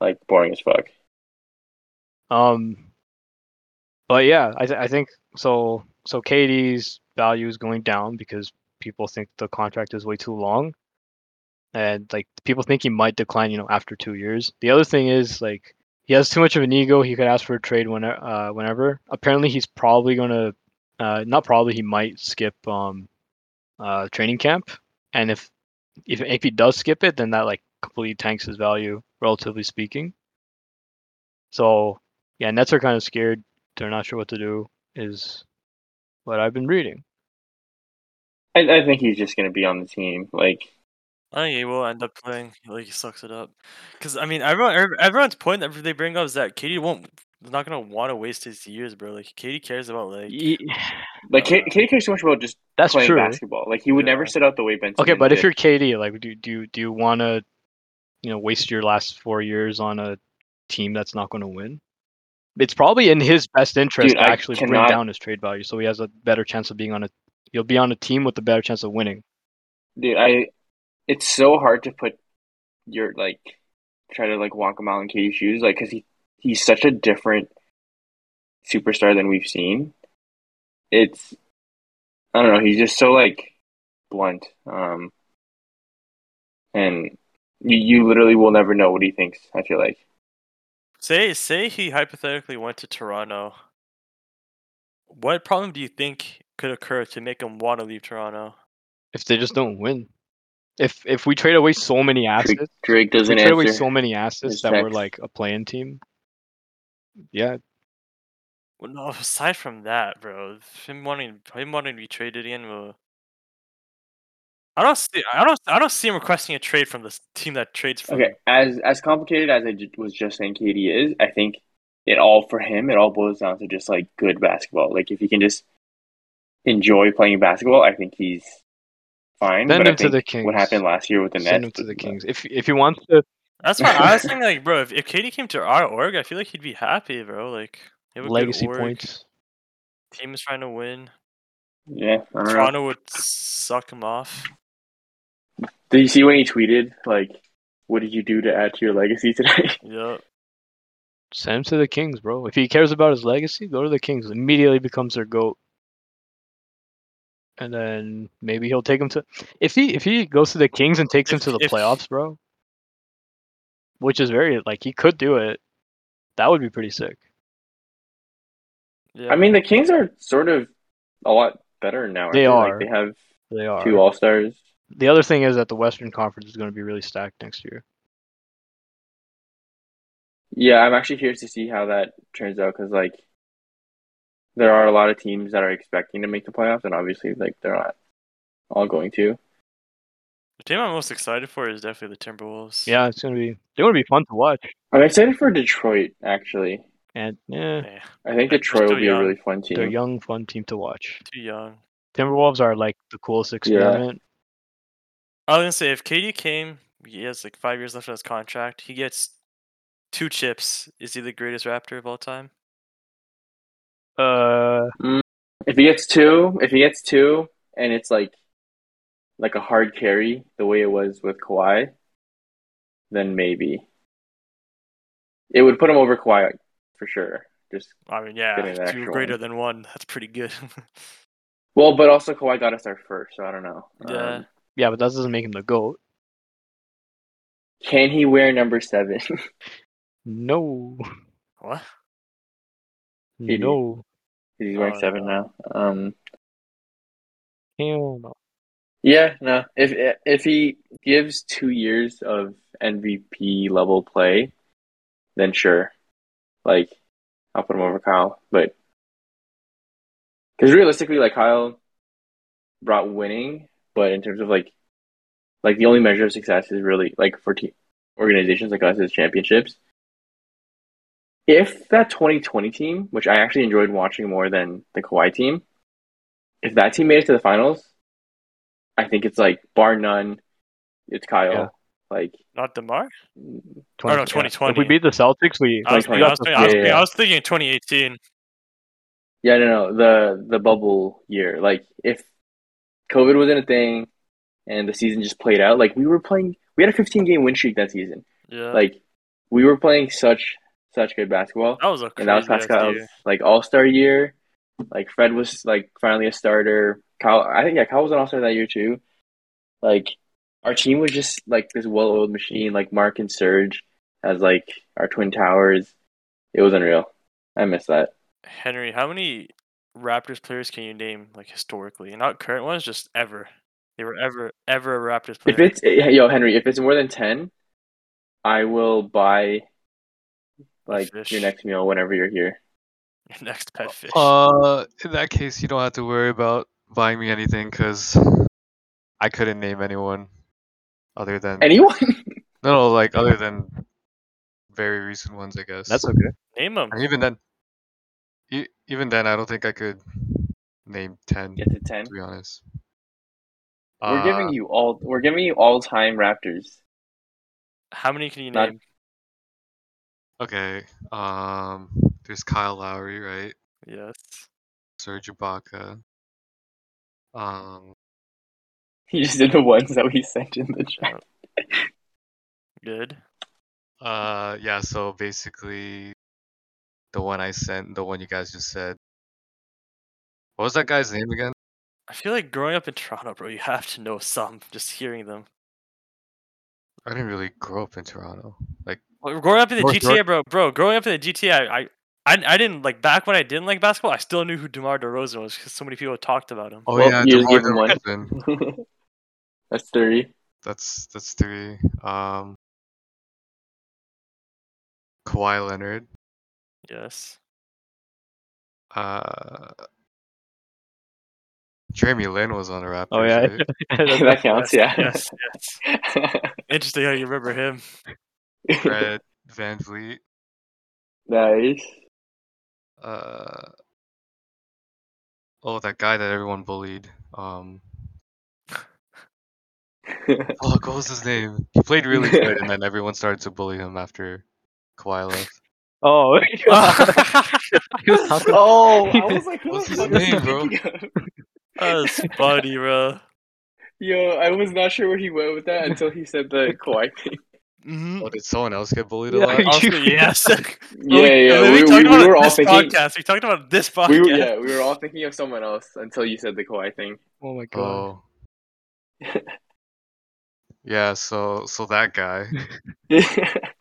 Speaker 2: like boring as fuck.
Speaker 3: Um, but yeah, I th- I think so. So KD's value is going down because people think the contract is way too long, and like people think he might decline. You know, after two years. The other thing is like he has too much of an ego. He could ask for a trade whenever. Uh, whenever. Apparently, he's probably gonna. Uh, not probably. He might skip um, uh, training camp, and if if if he does skip it, then that like completely tanks his value, relatively speaking. So yeah, Nets are kind of scared. They're not sure what to do. Is what I've been reading.
Speaker 2: I, I think he's just gonna be on the team. Like
Speaker 1: I think he will end up playing. Like he sucks it up. Because I mean, everyone, ev- everyone's point that they bring up is that Katie won't, is not gonna want to waste his years, bro. Like Katie cares about like.
Speaker 2: like K- KD cares so much about just
Speaker 3: Uh, That's
Speaker 2: playing
Speaker 3: true.
Speaker 2: basketball. Like he would
Speaker 1: Yeah.
Speaker 2: never sit out the way Benson.
Speaker 3: Okay, but if
Speaker 2: did.
Speaker 3: you're KD, like, do do you- do you want to, you know, waste your last four years on a team that's not going to win? It's probably in his best interest
Speaker 2: Dude,
Speaker 3: to
Speaker 2: I
Speaker 3: actually bring
Speaker 2: cannot-
Speaker 3: down his trade value, so he has a better chance of being on a. You'll be on a team with a better chance of winning.
Speaker 2: Dude, I it's so hard to put your like try to like walk him out in Katie's shoes, like because he he's such a different superstar than we've seen. It's I don't know, he's just so like blunt, um, and you you literally will never know what he thinks. I feel like
Speaker 1: Say say he hypothetically went to Toronto. What problem do you think could occur to make him want to leave Toronto?
Speaker 3: If they just don't win, if if we trade away so many
Speaker 2: Drake,
Speaker 3: assets,
Speaker 2: Drake
Speaker 3: if we
Speaker 2: doesn't
Speaker 3: trade away
Speaker 2: answer.
Speaker 3: so many assets
Speaker 2: his
Speaker 3: that we're
Speaker 2: text.
Speaker 3: like a playing team. Yeah,
Speaker 1: Well, no, aside from that, bro, him wanting him wanting to be traded in will I don't see. I don't. I don't see him requesting a trade from this team that trades for.
Speaker 2: Okay, as as complicated as I ju- was just saying, KD is. I think it all for him. It all boils down to just like good basketball. Like if he can just enjoy playing basketball, I think he's fine.
Speaker 3: Send
Speaker 2: but I
Speaker 3: him to the
Speaker 2: think
Speaker 3: Kings.
Speaker 2: What happened last year with the
Speaker 3: Send him
Speaker 2: Nets?
Speaker 3: to the
Speaker 2: was- uh,
Speaker 3: Kings. If if he wants to,
Speaker 1: That's why I was thinking, like, bro, if, if Katie came to our org, I feel like he'd be happy, bro. Like, you have a good
Speaker 3: legacy
Speaker 1: org,
Speaker 3: points.
Speaker 1: Team is trying to win.
Speaker 2: Yeah, I don't know.
Speaker 1: Toronto would suck him off.
Speaker 2: Did you see when he tweeted like, "What did you do to add to your legacy today?"
Speaker 1: Yep.
Speaker 3: Send him to the Kings, bro. If he cares about his legacy, go to the Kings. Immediately becomes their goat. And then maybe he'll take him to. If he if he goes to the Kings and takes him
Speaker 1: If-
Speaker 3: to the
Speaker 1: if-
Speaker 3: playoffs, bro. Which is very like he could do it. That would be pretty sick.
Speaker 1: Yeah.
Speaker 2: I mean, the Kings are sort of a lot better now. I
Speaker 3: They
Speaker 2: feel
Speaker 3: are.
Speaker 2: Like they have
Speaker 3: They are.
Speaker 2: two All Stars.
Speaker 3: The other thing is that the Western Conference is going to be really stacked next year.
Speaker 2: Yeah, I'm actually curious to see how that turns out because like there are a lot of teams that are expecting to make the playoffs, and obviously like they're not all going to.
Speaker 1: the team I'm most excited for is definitely the Timberwolves.
Speaker 3: Yeah, it's going to be. They're going to be fun to watch.
Speaker 2: I'm excited for Detroit actually.
Speaker 3: And yeah,
Speaker 1: Yeah,
Speaker 2: I think
Speaker 1: They're
Speaker 2: Detroit will
Speaker 1: still
Speaker 2: be a
Speaker 1: young.
Speaker 2: really fun team.
Speaker 3: they're a young, fun team to watch.
Speaker 1: too young.
Speaker 3: Timberwolves are like the coolest experiment.
Speaker 1: I was gonna say if Katie came, he has like five years left on his contract. He gets two chips. Is he the greatest Raptor of all time?
Speaker 3: Uh,
Speaker 2: If he gets two, if he gets two, and it's like like a hard carry the way it was with Kawhi, then maybe it would put him over Kawhi for sure. Just
Speaker 1: I mean,
Speaker 2: Getting
Speaker 1: yeah,
Speaker 2: the
Speaker 1: two
Speaker 2: actual
Speaker 1: greater
Speaker 2: one.
Speaker 1: than one. That's pretty good.
Speaker 2: well, but also Kawhi got us there first, so I don't know.
Speaker 1: yeah.
Speaker 2: Um,
Speaker 3: yeah, but that doesn't make him the goat.
Speaker 2: can he wear number seven?
Speaker 3: No,
Speaker 1: What?
Speaker 2: Maybe.
Speaker 3: no,
Speaker 2: He's wearing
Speaker 1: Oh,
Speaker 2: seven now. Um,
Speaker 3: hell no.
Speaker 2: yeah, no. If if he gives two years of MVP level play, then sure, like I'll put him over Kyle. But because realistically, like Kyle brought winning, but in terms of like like the only measure of success is really like for te- organizations like us is championships. If that 2020 team, which I actually enjoyed watching more than the Kawhi team, if that team made it to the finals, I think it's like bar none, it's Kyle.
Speaker 3: Yeah.
Speaker 2: Like
Speaker 1: Not Demar? Oh, no,
Speaker 3: 20, yeah. If we
Speaker 1: 2020.
Speaker 3: beat the Celtics, we
Speaker 1: I was, thinking, I, was thinking, I, was
Speaker 2: Yeah, yeah,
Speaker 1: thinking,
Speaker 2: yeah.
Speaker 1: I was thinking 2018.
Speaker 2: Yeah, no, no, the the bubble year. Like if COVID wasn't a thing and the season just played out, like we were playing, we had a 15 game win streak that season.
Speaker 1: Yeah,
Speaker 2: Like we were playing such such good basketball,
Speaker 1: that was a
Speaker 2: and that was
Speaker 1: crazy ass
Speaker 2: Pascal's
Speaker 1: year.
Speaker 2: like All Star year. Like Fred was like finally a starter. Kyle, I think yeah, Kyle was an All Star that year too. Like our team was just like this well oiled machine. Like Mark and Serge as like our twin towers. It was unreal. I miss that.
Speaker 1: Henry, how many Raptors players can you name like historically? Not current ones, just ever. They were ever ever a Raptors
Speaker 2: If
Speaker 1: player.
Speaker 2: it's eh, yo Henry, if it's more than ten, I will buy like
Speaker 1: Fish.
Speaker 2: your next meal whenever you're here.
Speaker 1: next pet fish.
Speaker 4: Uh, in that case, you don't have to worry about buying me anything because I couldn't name anyone other than
Speaker 2: Anyone?
Speaker 4: no, no, like other than very recent ones, I guess.
Speaker 3: That's okay.
Speaker 1: name them.
Speaker 4: and even then, e- even then, I don't think I could name ten.
Speaker 2: Get to ten.
Speaker 4: To be honest,
Speaker 2: We're
Speaker 1: Uh,
Speaker 2: giving you all. We're giving you all time Raptors.
Speaker 1: How many can you
Speaker 2: Not-
Speaker 1: name?
Speaker 4: Uh, Okay. Um, there's Kyle Lowry, right?
Speaker 1: Yes.
Speaker 4: Serge Ibaka. Um,
Speaker 2: You just did the ones that we sent in the chat.
Speaker 1: Good.
Speaker 2: Hmm.
Speaker 4: uh, yeah. So basically, the one I sent, the one you guys just said. What was that guy's name again?
Speaker 1: I feel like growing up in Toronto, bro, you have to know some. Just hearing them.
Speaker 4: I didn't really grow up in Toronto. Like,
Speaker 1: Well, growing up in the
Speaker 4: North
Speaker 1: GTA, bro, bro, growing up in the GTA, I, I, I, I didn't like back when I didn't like basketball. I still knew who DeMar DeRozan was because so many people talked about him.
Speaker 4: oh
Speaker 2: Well,
Speaker 4: yeah,
Speaker 2: you just
Speaker 4: DeMar
Speaker 2: gave him one.
Speaker 4: DeRozan.
Speaker 2: That's thirty.
Speaker 4: That's that's three. Um, Kawhi Leonard.
Speaker 1: Yes.
Speaker 4: Uh, Jeremy Lin was on the Raptors.
Speaker 3: Oh yeah,
Speaker 4: right?
Speaker 3: That's-
Speaker 2: that counts, yeah.
Speaker 1: Yes, yes. Interesting how you remember him.
Speaker 4: Fred Van Vliet.
Speaker 2: nice.
Speaker 4: Uh, oh, that guy that everyone bullied. Um, oh, what was his name? He played really good, and then everyone started to bully him after Kawhi left.
Speaker 3: Oh,
Speaker 1: that
Speaker 2: oh, I was like, who
Speaker 4: What's
Speaker 2: the
Speaker 4: his
Speaker 2: fuck was
Speaker 4: name, bro?
Speaker 2: thinking of?
Speaker 1: was funny, bro.
Speaker 2: Yo, I was not sure where he went with that until he said the Kawhi thing.
Speaker 1: hmm
Speaker 4: Oh, did someone else get bullied a
Speaker 3: Yeah,
Speaker 4: lot?
Speaker 3: you-
Speaker 1: yes.
Speaker 2: Yeah, yeah.
Speaker 1: We,
Speaker 2: We,
Speaker 1: talked
Speaker 2: we,
Speaker 1: about
Speaker 2: were
Speaker 1: it
Speaker 2: all
Speaker 1: this
Speaker 2: thinking.
Speaker 1: podcast. We talked about it this podcast.
Speaker 2: We were, yeah, we were all thinking of someone else until you said the Kawhi thing.
Speaker 3: oh my god.
Speaker 4: Oh. yeah, so so that guy.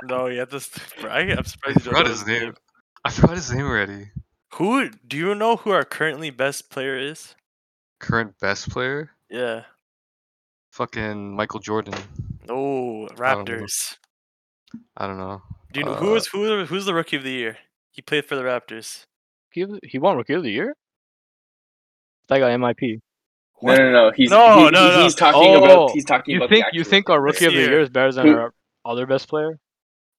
Speaker 1: No, yeah, this. Bro, I, I'm
Speaker 4: I
Speaker 1: surprised. you don't
Speaker 4: forgot
Speaker 1: know
Speaker 4: his name. I forgot his name already.
Speaker 1: Who do you know who our currently best player is?
Speaker 4: Current best player?
Speaker 1: Yeah.
Speaker 4: Fucking Michael Jordan.
Speaker 1: Oh, Raptors.
Speaker 4: I don't know.
Speaker 1: Do you know who
Speaker 4: Uh,
Speaker 1: was who? Who's the rookie of the year? He played for the Raptors.
Speaker 3: He, was- he won Rookie of the Year. That got MIP.
Speaker 2: no, no, no. He's
Speaker 1: No, no,
Speaker 2: he-
Speaker 1: no.
Speaker 2: he's talking
Speaker 3: Oh,
Speaker 2: about he's talking
Speaker 3: You
Speaker 2: about
Speaker 3: think
Speaker 2: the
Speaker 3: you
Speaker 2: actual
Speaker 3: think our
Speaker 2: player.
Speaker 3: Rookie of the
Speaker 1: year.
Speaker 3: Year is better than
Speaker 2: Who-
Speaker 3: our other best player?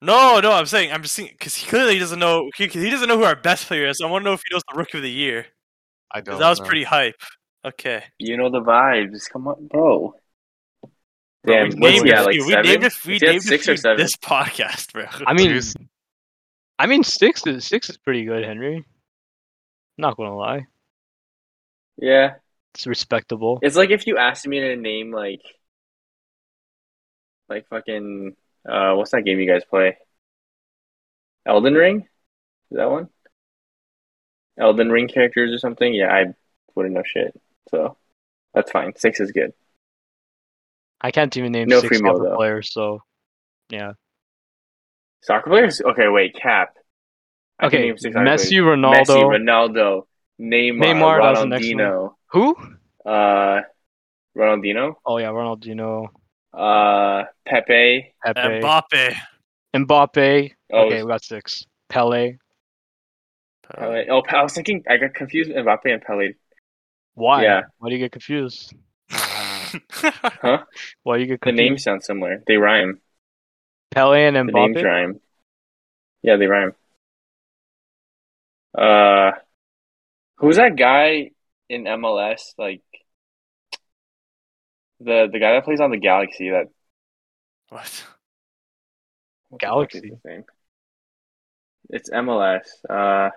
Speaker 1: No, no, I'm saying I'm just saying because he clearly doesn't know he, he doesn't know who our best player is. I want to know if he knows the rookie of the year.
Speaker 4: I
Speaker 1: 'cause
Speaker 4: don't
Speaker 1: that was
Speaker 4: know.
Speaker 1: pretty hype. Okay.
Speaker 2: You know the vibes. Come on, bro.
Speaker 1: Bro,
Speaker 2: Damn,
Speaker 1: we
Speaker 2: what's
Speaker 1: named
Speaker 2: he
Speaker 1: a
Speaker 2: at, like
Speaker 1: few- we
Speaker 2: seven?
Speaker 1: named a, we
Speaker 2: Is he at
Speaker 1: named a
Speaker 2: six or
Speaker 1: few
Speaker 2: seven?
Speaker 1: this podcast, bro.
Speaker 3: I mean,
Speaker 4: Seriously?
Speaker 3: I mean six is six is pretty good, Henry. Not gonna lie,
Speaker 2: Yeah,
Speaker 3: it's respectable.
Speaker 2: it's like if you asked me to name like, like fucking uh, what's that game you guys play? Elden Ring, is that one? Elden Ring characters or something? Yeah, I wouldn't know shit, so that's fine. Six is good.
Speaker 3: I can't even name
Speaker 2: No
Speaker 3: six
Speaker 2: free meal,
Speaker 3: soccer
Speaker 2: though.
Speaker 3: players. So yeah,
Speaker 2: Soccer players? Okay, wait, cap. I can
Speaker 3: okay.
Speaker 2: name six soccer players.
Speaker 3: Messi, Ronaldo,
Speaker 2: Messi, Ronaldo, Neymar,
Speaker 3: Neymar, that was the next
Speaker 2: Ronaldinho,
Speaker 3: who?
Speaker 2: uh, Ronaldinho,
Speaker 3: Oh yeah, Ronaldinho,
Speaker 2: uh, Pepe.
Speaker 3: Pepe,
Speaker 1: Mbappe.
Speaker 3: Mbappe.
Speaker 2: Oh,
Speaker 3: okay, we got six. Pele.
Speaker 1: Uh,
Speaker 2: Pele. Oh, I was thinking I got confused with Mbappe and Pele.
Speaker 3: Why?
Speaker 2: Yeah.
Speaker 3: Why do you get confused? Why do you
Speaker 2: The
Speaker 3: get confused?
Speaker 2: names sound similar. They rhyme.
Speaker 3: Pele and
Speaker 2: The
Speaker 3: Mbappe.
Speaker 2: names rhyme. Yeah, they rhyme. Uh, who's that guy in MLS? Like the the guy that plays on the Galaxy. That
Speaker 1: what?
Speaker 2: what the fuck is
Speaker 3: Galaxy?
Speaker 2: his name? It's MLS. Uh,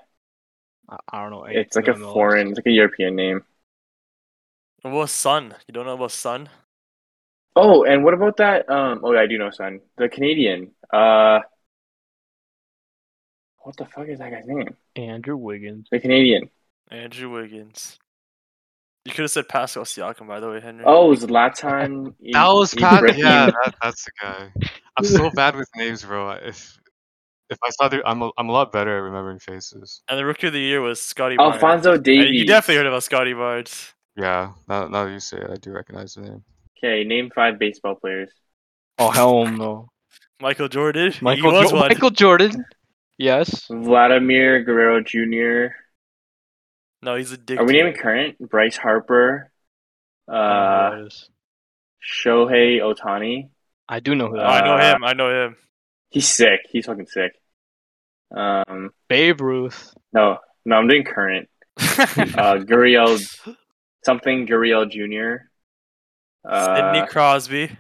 Speaker 3: I, I don't know. anything
Speaker 2: it's like a
Speaker 3: about MLS.
Speaker 2: foreign, it's like a European name.
Speaker 1: What about Sun? You don't know about Sun?
Speaker 2: Oh, and what about that? Um, oh, yeah, I do know, son. The Canadian. Uh, what the fuck is that guy's name?
Speaker 3: Andrew Wiggins.
Speaker 2: The Canadian.
Speaker 1: Andrew Wiggins. You could have said Pascal Siakam, by the way, Henry.
Speaker 2: Oh, Zlatan. I-
Speaker 4: That was Pat.
Speaker 2: Ibrahim.
Speaker 4: Yeah, that, that's the guy. I'm so bad with names, bro. If if I saw the, I'm a, I'm a lot better at remembering faces.
Speaker 1: And the rookie of the year was Scotty Barnes.
Speaker 2: Alfonso
Speaker 1: And
Speaker 2: Davies.
Speaker 1: You definitely heard about Scotty Barnes.
Speaker 4: Yeah. Now, now that you say it, I do recognize the name.
Speaker 2: Okay, name five baseball players.
Speaker 3: Oh hell no.
Speaker 1: Michael Jordan.
Speaker 3: Michael,
Speaker 1: he was
Speaker 3: Jo-
Speaker 1: one.
Speaker 3: Michael Jordan. Yes.
Speaker 2: Vladimir Guerrero Jr.
Speaker 1: No, he's a dick.
Speaker 2: Are we naming current? Bryce Harper.
Speaker 3: I don't know
Speaker 2: Uh,
Speaker 3: who that is.
Speaker 2: Shohei Otani.
Speaker 3: I do know
Speaker 1: Oh,
Speaker 3: who that
Speaker 1: I know
Speaker 2: Uh,
Speaker 1: him. I know him.
Speaker 2: He's sick. He's fucking sick. Um,
Speaker 3: is. Babe Ruth.
Speaker 2: no, no, I'm doing current. Uh, Guriel something Gurriel Jr.
Speaker 1: Sidney
Speaker 2: Uh,
Speaker 1: Crosby.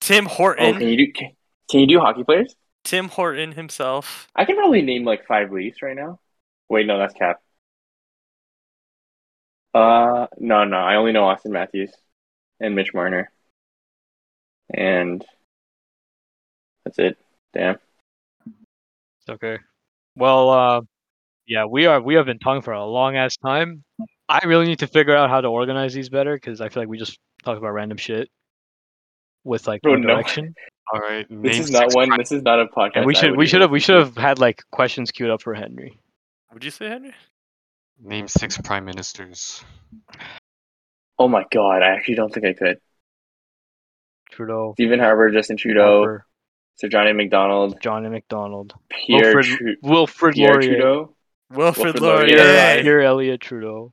Speaker 1: Tim
Speaker 2: oh,
Speaker 1: Horton.
Speaker 2: can you do can, can you do hockey players?
Speaker 1: Tim Horton himself.
Speaker 2: I can probably name like five Leafs right now. Wait, no, that's Cap. Uh, no, no, I only know Austin Matthews and Mitch Marner, and that's it. Damn.
Speaker 3: It's okay. Well, uh, yeah, we are. We have been talking for a long ass time. I really need to figure out how to organize these better because I feel like we just talk about random shit with like
Speaker 2: Bro,
Speaker 3: no
Speaker 2: Oh, no.
Speaker 3: direction.
Speaker 4: All right.
Speaker 2: This
Speaker 4: name
Speaker 2: is not
Speaker 4: six
Speaker 2: one.
Speaker 4: guys.
Speaker 2: This is not a podcast.
Speaker 3: And we
Speaker 2: I
Speaker 3: should
Speaker 2: would
Speaker 3: we
Speaker 2: do.
Speaker 3: should have we should have had like questions queued up for Henry.
Speaker 1: Would you say Henry?
Speaker 4: Name six prime ministers.
Speaker 2: Oh my god, I actually don't think I could.
Speaker 3: Trudeau,
Speaker 2: Stephen Harper, Justin Trudeau,
Speaker 3: Harper,
Speaker 2: Sir Johnny McDonald,
Speaker 3: John McDonald,
Speaker 2: Pierre,
Speaker 3: Wilfred,
Speaker 2: Tru-
Speaker 3: Wilfred
Speaker 2: Pierre
Speaker 3: Laurier,
Speaker 2: Trudeau.
Speaker 1: Wilfrid
Speaker 2: Wilfrid Laurier.
Speaker 1: Laurier.
Speaker 3: Pierre Elliott Trudeau,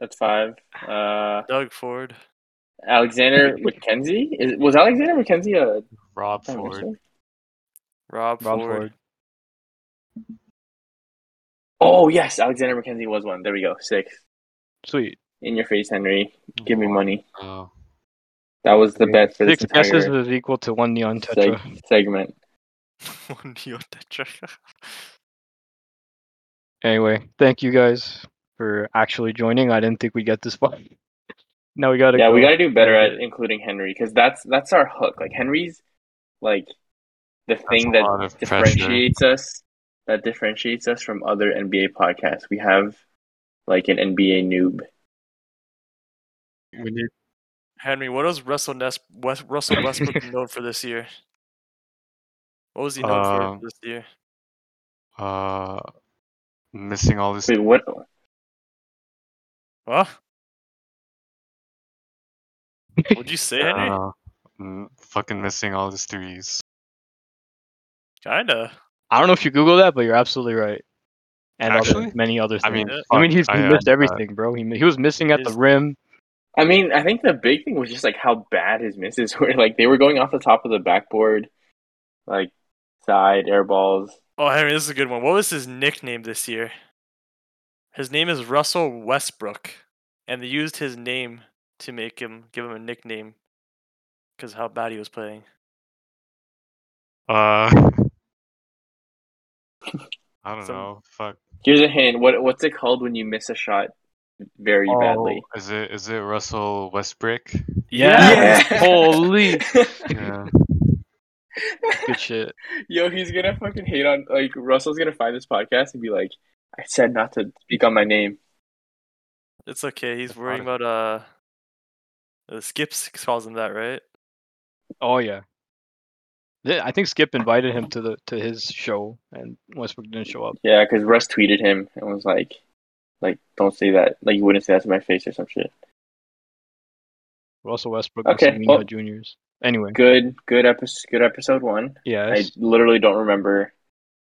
Speaker 2: That's five. Uh,
Speaker 1: Doug Ford.
Speaker 2: Alexander McKenzie is was Alexander McKenzie a
Speaker 4: Rob
Speaker 2: prime
Speaker 4: Ford.
Speaker 2: minister?
Speaker 1: Rob,
Speaker 3: Rob
Speaker 1: Ford.
Speaker 3: Ford.
Speaker 2: Oh yes, Alexander McKenzie was one. There we go. Six
Speaker 3: Sweet.
Speaker 2: in your face, Henry. Give me money.
Speaker 4: Oh,
Speaker 2: That was the bet for this
Speaker 3: Six guesses
Speaker 2: entire
Speaker 3: is equal to one neon tetra.
Speaker 2: seg- segment.
Speaker 1: One Neo Tetra.
Speaker 3: Anyway, thank you guys for actually joining. I didn't think we'd get this far. now we gotta
Speaker 2: Yeah,
Speaker 3: go.
Speaker 2: we got to do better at including Henry because that's that's our hook. Like Henry's like the thing
Speaker 4: a lot
Speaker 2: that
Speaker 4: of pressure.
Speaker 2: differentiates us that differentiates us from other NBA podcasts. We have like an NBA noob.
Speaker 4: we need
Speaker 1: Henry, what was Russell Nes- West- Russell Westbrook known for this year? What was he known
Speaker 4: Um,
Speaker 1: for this year?
Speaker 4: uh missing all this.
Speaker 2: Wait, what?
Speaker 1: Huh? What'd you say, Henry?
Speaker 4: Uh, mm, fucking missing all these threes.
Speaker 1: Kinda.
Speaker 3: I don't know if you Google that, but you're absolutely right. And other-
Speaker 4: Actually?
Speaker 3: many other things.
Speaker 4: I mean,
Speaker 1: Yeah.
Speaker 3: I mean,
Speaker 4: fuck,
Speaker 3: he's, he
Speaker 4: I, uh,
Speaker 3: missed everything, bro. He, mi- he was missing at the
Speaker 1: His-
Speaker 3: rim.
Speaker 2: I mean, I think the big thing was just like how bad his misses were. Like they were going off the top of the backboard, like side air balls.
Speaker 1: Oh, Henry, this is a good one. What was his nickname this year? His name is Russell Westbrook, and they used his name to make him give him a nickname because how bad he was playing.
Speaker 4: Uh, I don't
Speaker 1: Some-
Speaker 4: know. Fuck.
Speaker 2: Here's a hint. What what's it called when you miss a shot very badly?
Speaker 4: Oh, is it is it Russell Westbrook?
Speaker 2: Yeah. Yeah.
Speaker 3: Holy
Speaker 4: Yeah.
Speaker 3: good shit.
Speaker 2: Yo, he's gonna fucking hate on like Russell's gonna find this podcast and be like, I said not to speak on my name.
Speaker 1: It's okay. He's
Speaker 4: That's
Speaker 1: worrying about uh, the skips calls him that, right?
Speaker 3: Oh yeah. Yeah, I think Skip invited him to the to his show, and Westbrook didn't show up.
Speaker 2: Yeah, because Russ tweeted him and was like, like don't say that. Like you wouldn't say that to my face or some shit.
Speaker 3: Russell Westbrook
Speaker 2: Okay,
Speaker 3: and Samino
Speaker 2: well-
Speaker 3: Juniors. Anyway,
Speaker 2: Good, good episode. Good episode one.
Speaker 3: yeah,
Speaker 2: I
Speaker 3: it's
Speaker 2: literally don't remember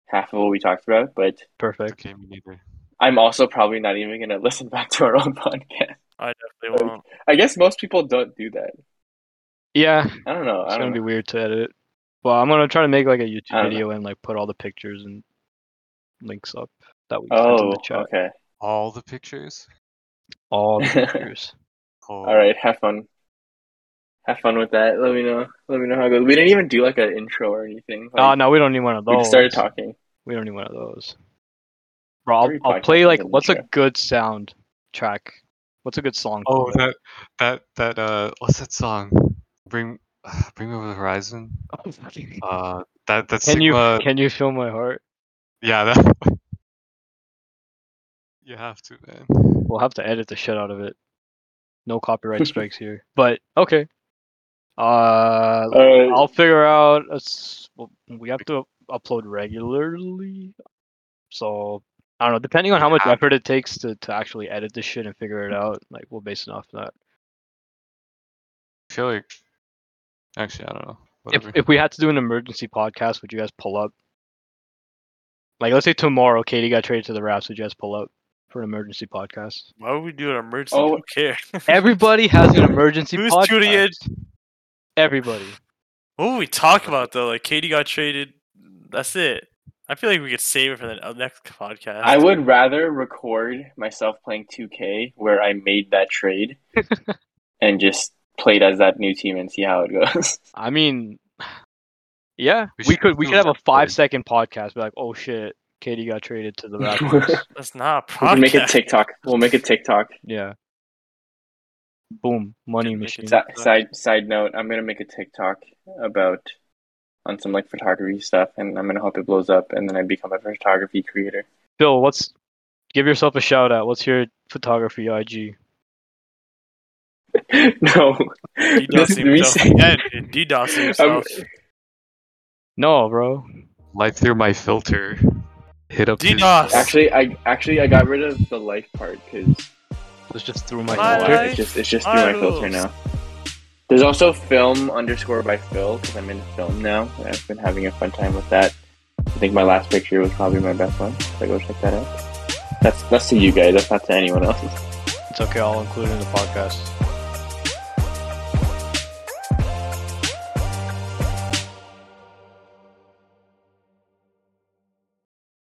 Speaker 2: half of what we talked about, but
Speaker 3: perfect.
Speaker 4: Okay, me neither.
Speaker 2: I'm also probably not even gonna listen back to our own podcast.
Speaker 1: I definitely
Speaker 2: Okay.
Speaker 1: won't.
Speaker 2: I guess most people don't do that.
Speaker 3: Yeah,
Speaker 2: I don't know.
Speaker 3: it's
Speaker 2: I
Speaker 3: gonna
Speaker 2: don't
Speaker 3: be
Speaker 2: know.
Speaker 3: weird to edit. Well, I'm gonna try to make like a YouTube
Speaker 2: I don't know.
Speaker 3: video and like put all the pictures and links up that we sent in
Speaker 2: Oh,
Speaker 3: the chat.
Speaker 2: okay.
Speaker 4: All the pictures.
Speaker 3: All the pictures.
Speaker 4: Oh,
Speaker 2: All right. Have fun. Have fun with that. Let me know. Let me know how it goes. We didn't even do like an intro or anything. Like,
Speaker 3: oh no, we don't need one of
Speaker 2: we
Speaker 3: those.
Speaker 2: just started talking.
Speaker 3: We don't need one of those. Bro, I'll,
Speaker 2: Every
Speaker 3: I'll
Speaker 2: podcast
Speaker 3: play
Speaker 2: has
Speaker 3: like
Speaker 2: an
Speaker 3: what's a
Speaker 2: intro.
Speaker 3: good sound track? What's a good song?
Speaker 4: Oh, that that that uh, what's that song? Bring Bring Me Over the Horizon. Uh, that that
Speaker 3: can you
Speaker 4: Sigma.
Speaker 3: can you feel my heart?
Speaker 4: Yeah, that. one. You have to, man.
Speaker 3: We'll have to edit the shit out of it. No copyright strikes here. But okay. Uh,
Speaker 2: All right.
Speaker 3: I'll figure out. A, s- well, we have to upload regularly, so I don't know. Depending on how much
Speaker 4: Yeah.
Speaker 3: effort it takes to, to actually edit this shit and figure it out, like we'll base it off that.
Speaker 4: I feel like. Actually, I don't know.
Speaker 3: If
Speaker 4: Whatever.
Speaker 3: if we had to do an emergency podcast, would you guys pull up? Like, let's say tomorrow, Katie got traded to the Raps. Would you guys pull up for an emergency podcast?
Speaker 1: Why would we do an emergency?
Speaker 2: Oh.
Speaker 1: Who cares?
Speaker 3: Everybody has an emergency
Speaker 1: Who's
Speaker 3: podcast.
Speaker 1: shooting it?
Speaker 3: Everybody.
Speaker 1: What would we talk about though? Like Katie got traded. That's it. I feel like we could save it for the uh, next podcast.
Speaker 2: I would rather record myself playing 2K where I made that trade and just played as that new team and see how it goes.
Speaker 3: I mean, yeah,
Speaker 4: We
Speaker 3: we,
Speaker 4: should
Speaker 3: could we
Speaker 4: do
Speaker 3: could have a
Speaker 4: that, like-
Speaker 3: five second podcast. Be like, oh shit, Katie got traded to the Raptors.
Speaker 1: That's not a
Speaker 2: We
Speaker 1: podcast.
Speaker 2: can make a TikTok. We'll make a TikTok.
Speaker 3: yeah. Boom, money
Speaker 1: Could make
Speaker 3: machine.
Speaker 1: it
Speaker 2: Si- side side note, I'm gonna make a TikTok about on some like photography stuff, and I'm gonna hope it blows up, and then I become a photography creator.
Speaker 3: Phil, what's give yourself a shout out? What's your photography IG?
Speaker 2: no,
Speaker 1: DDoS
Speaker 2: This- me Um,
Speaker 1: himself.
Speaker 2: saying-
Speaker 1: Yeah, dude, DDoS
Speaker 2: I'm-
Speaker 1: himself.
Speaker 3: No, bro.
Speaker 4: Light through my filter. Hit up. his-
Speaker 1: DDoS.
Speaker 2: actually, I actually I got rid of the life part because
Speaker 3: It's just through my.
Speaker 1: My
Speaker 3: filter.
Speaker 1: life.
Speaker 2: it's just it's just
Speaker 1: my
Speaker 2: through my filter
Speaker 1: rules.
Speaker 2: now. There's also film underscore by Phil because I'm into film now, and I've been having a fun time with that. I think my last picture was probably my best one, so go check that out. That's that's to you guys. That's not to anyone else.
Speaker 3: It's okay. I'll include it in the podcast.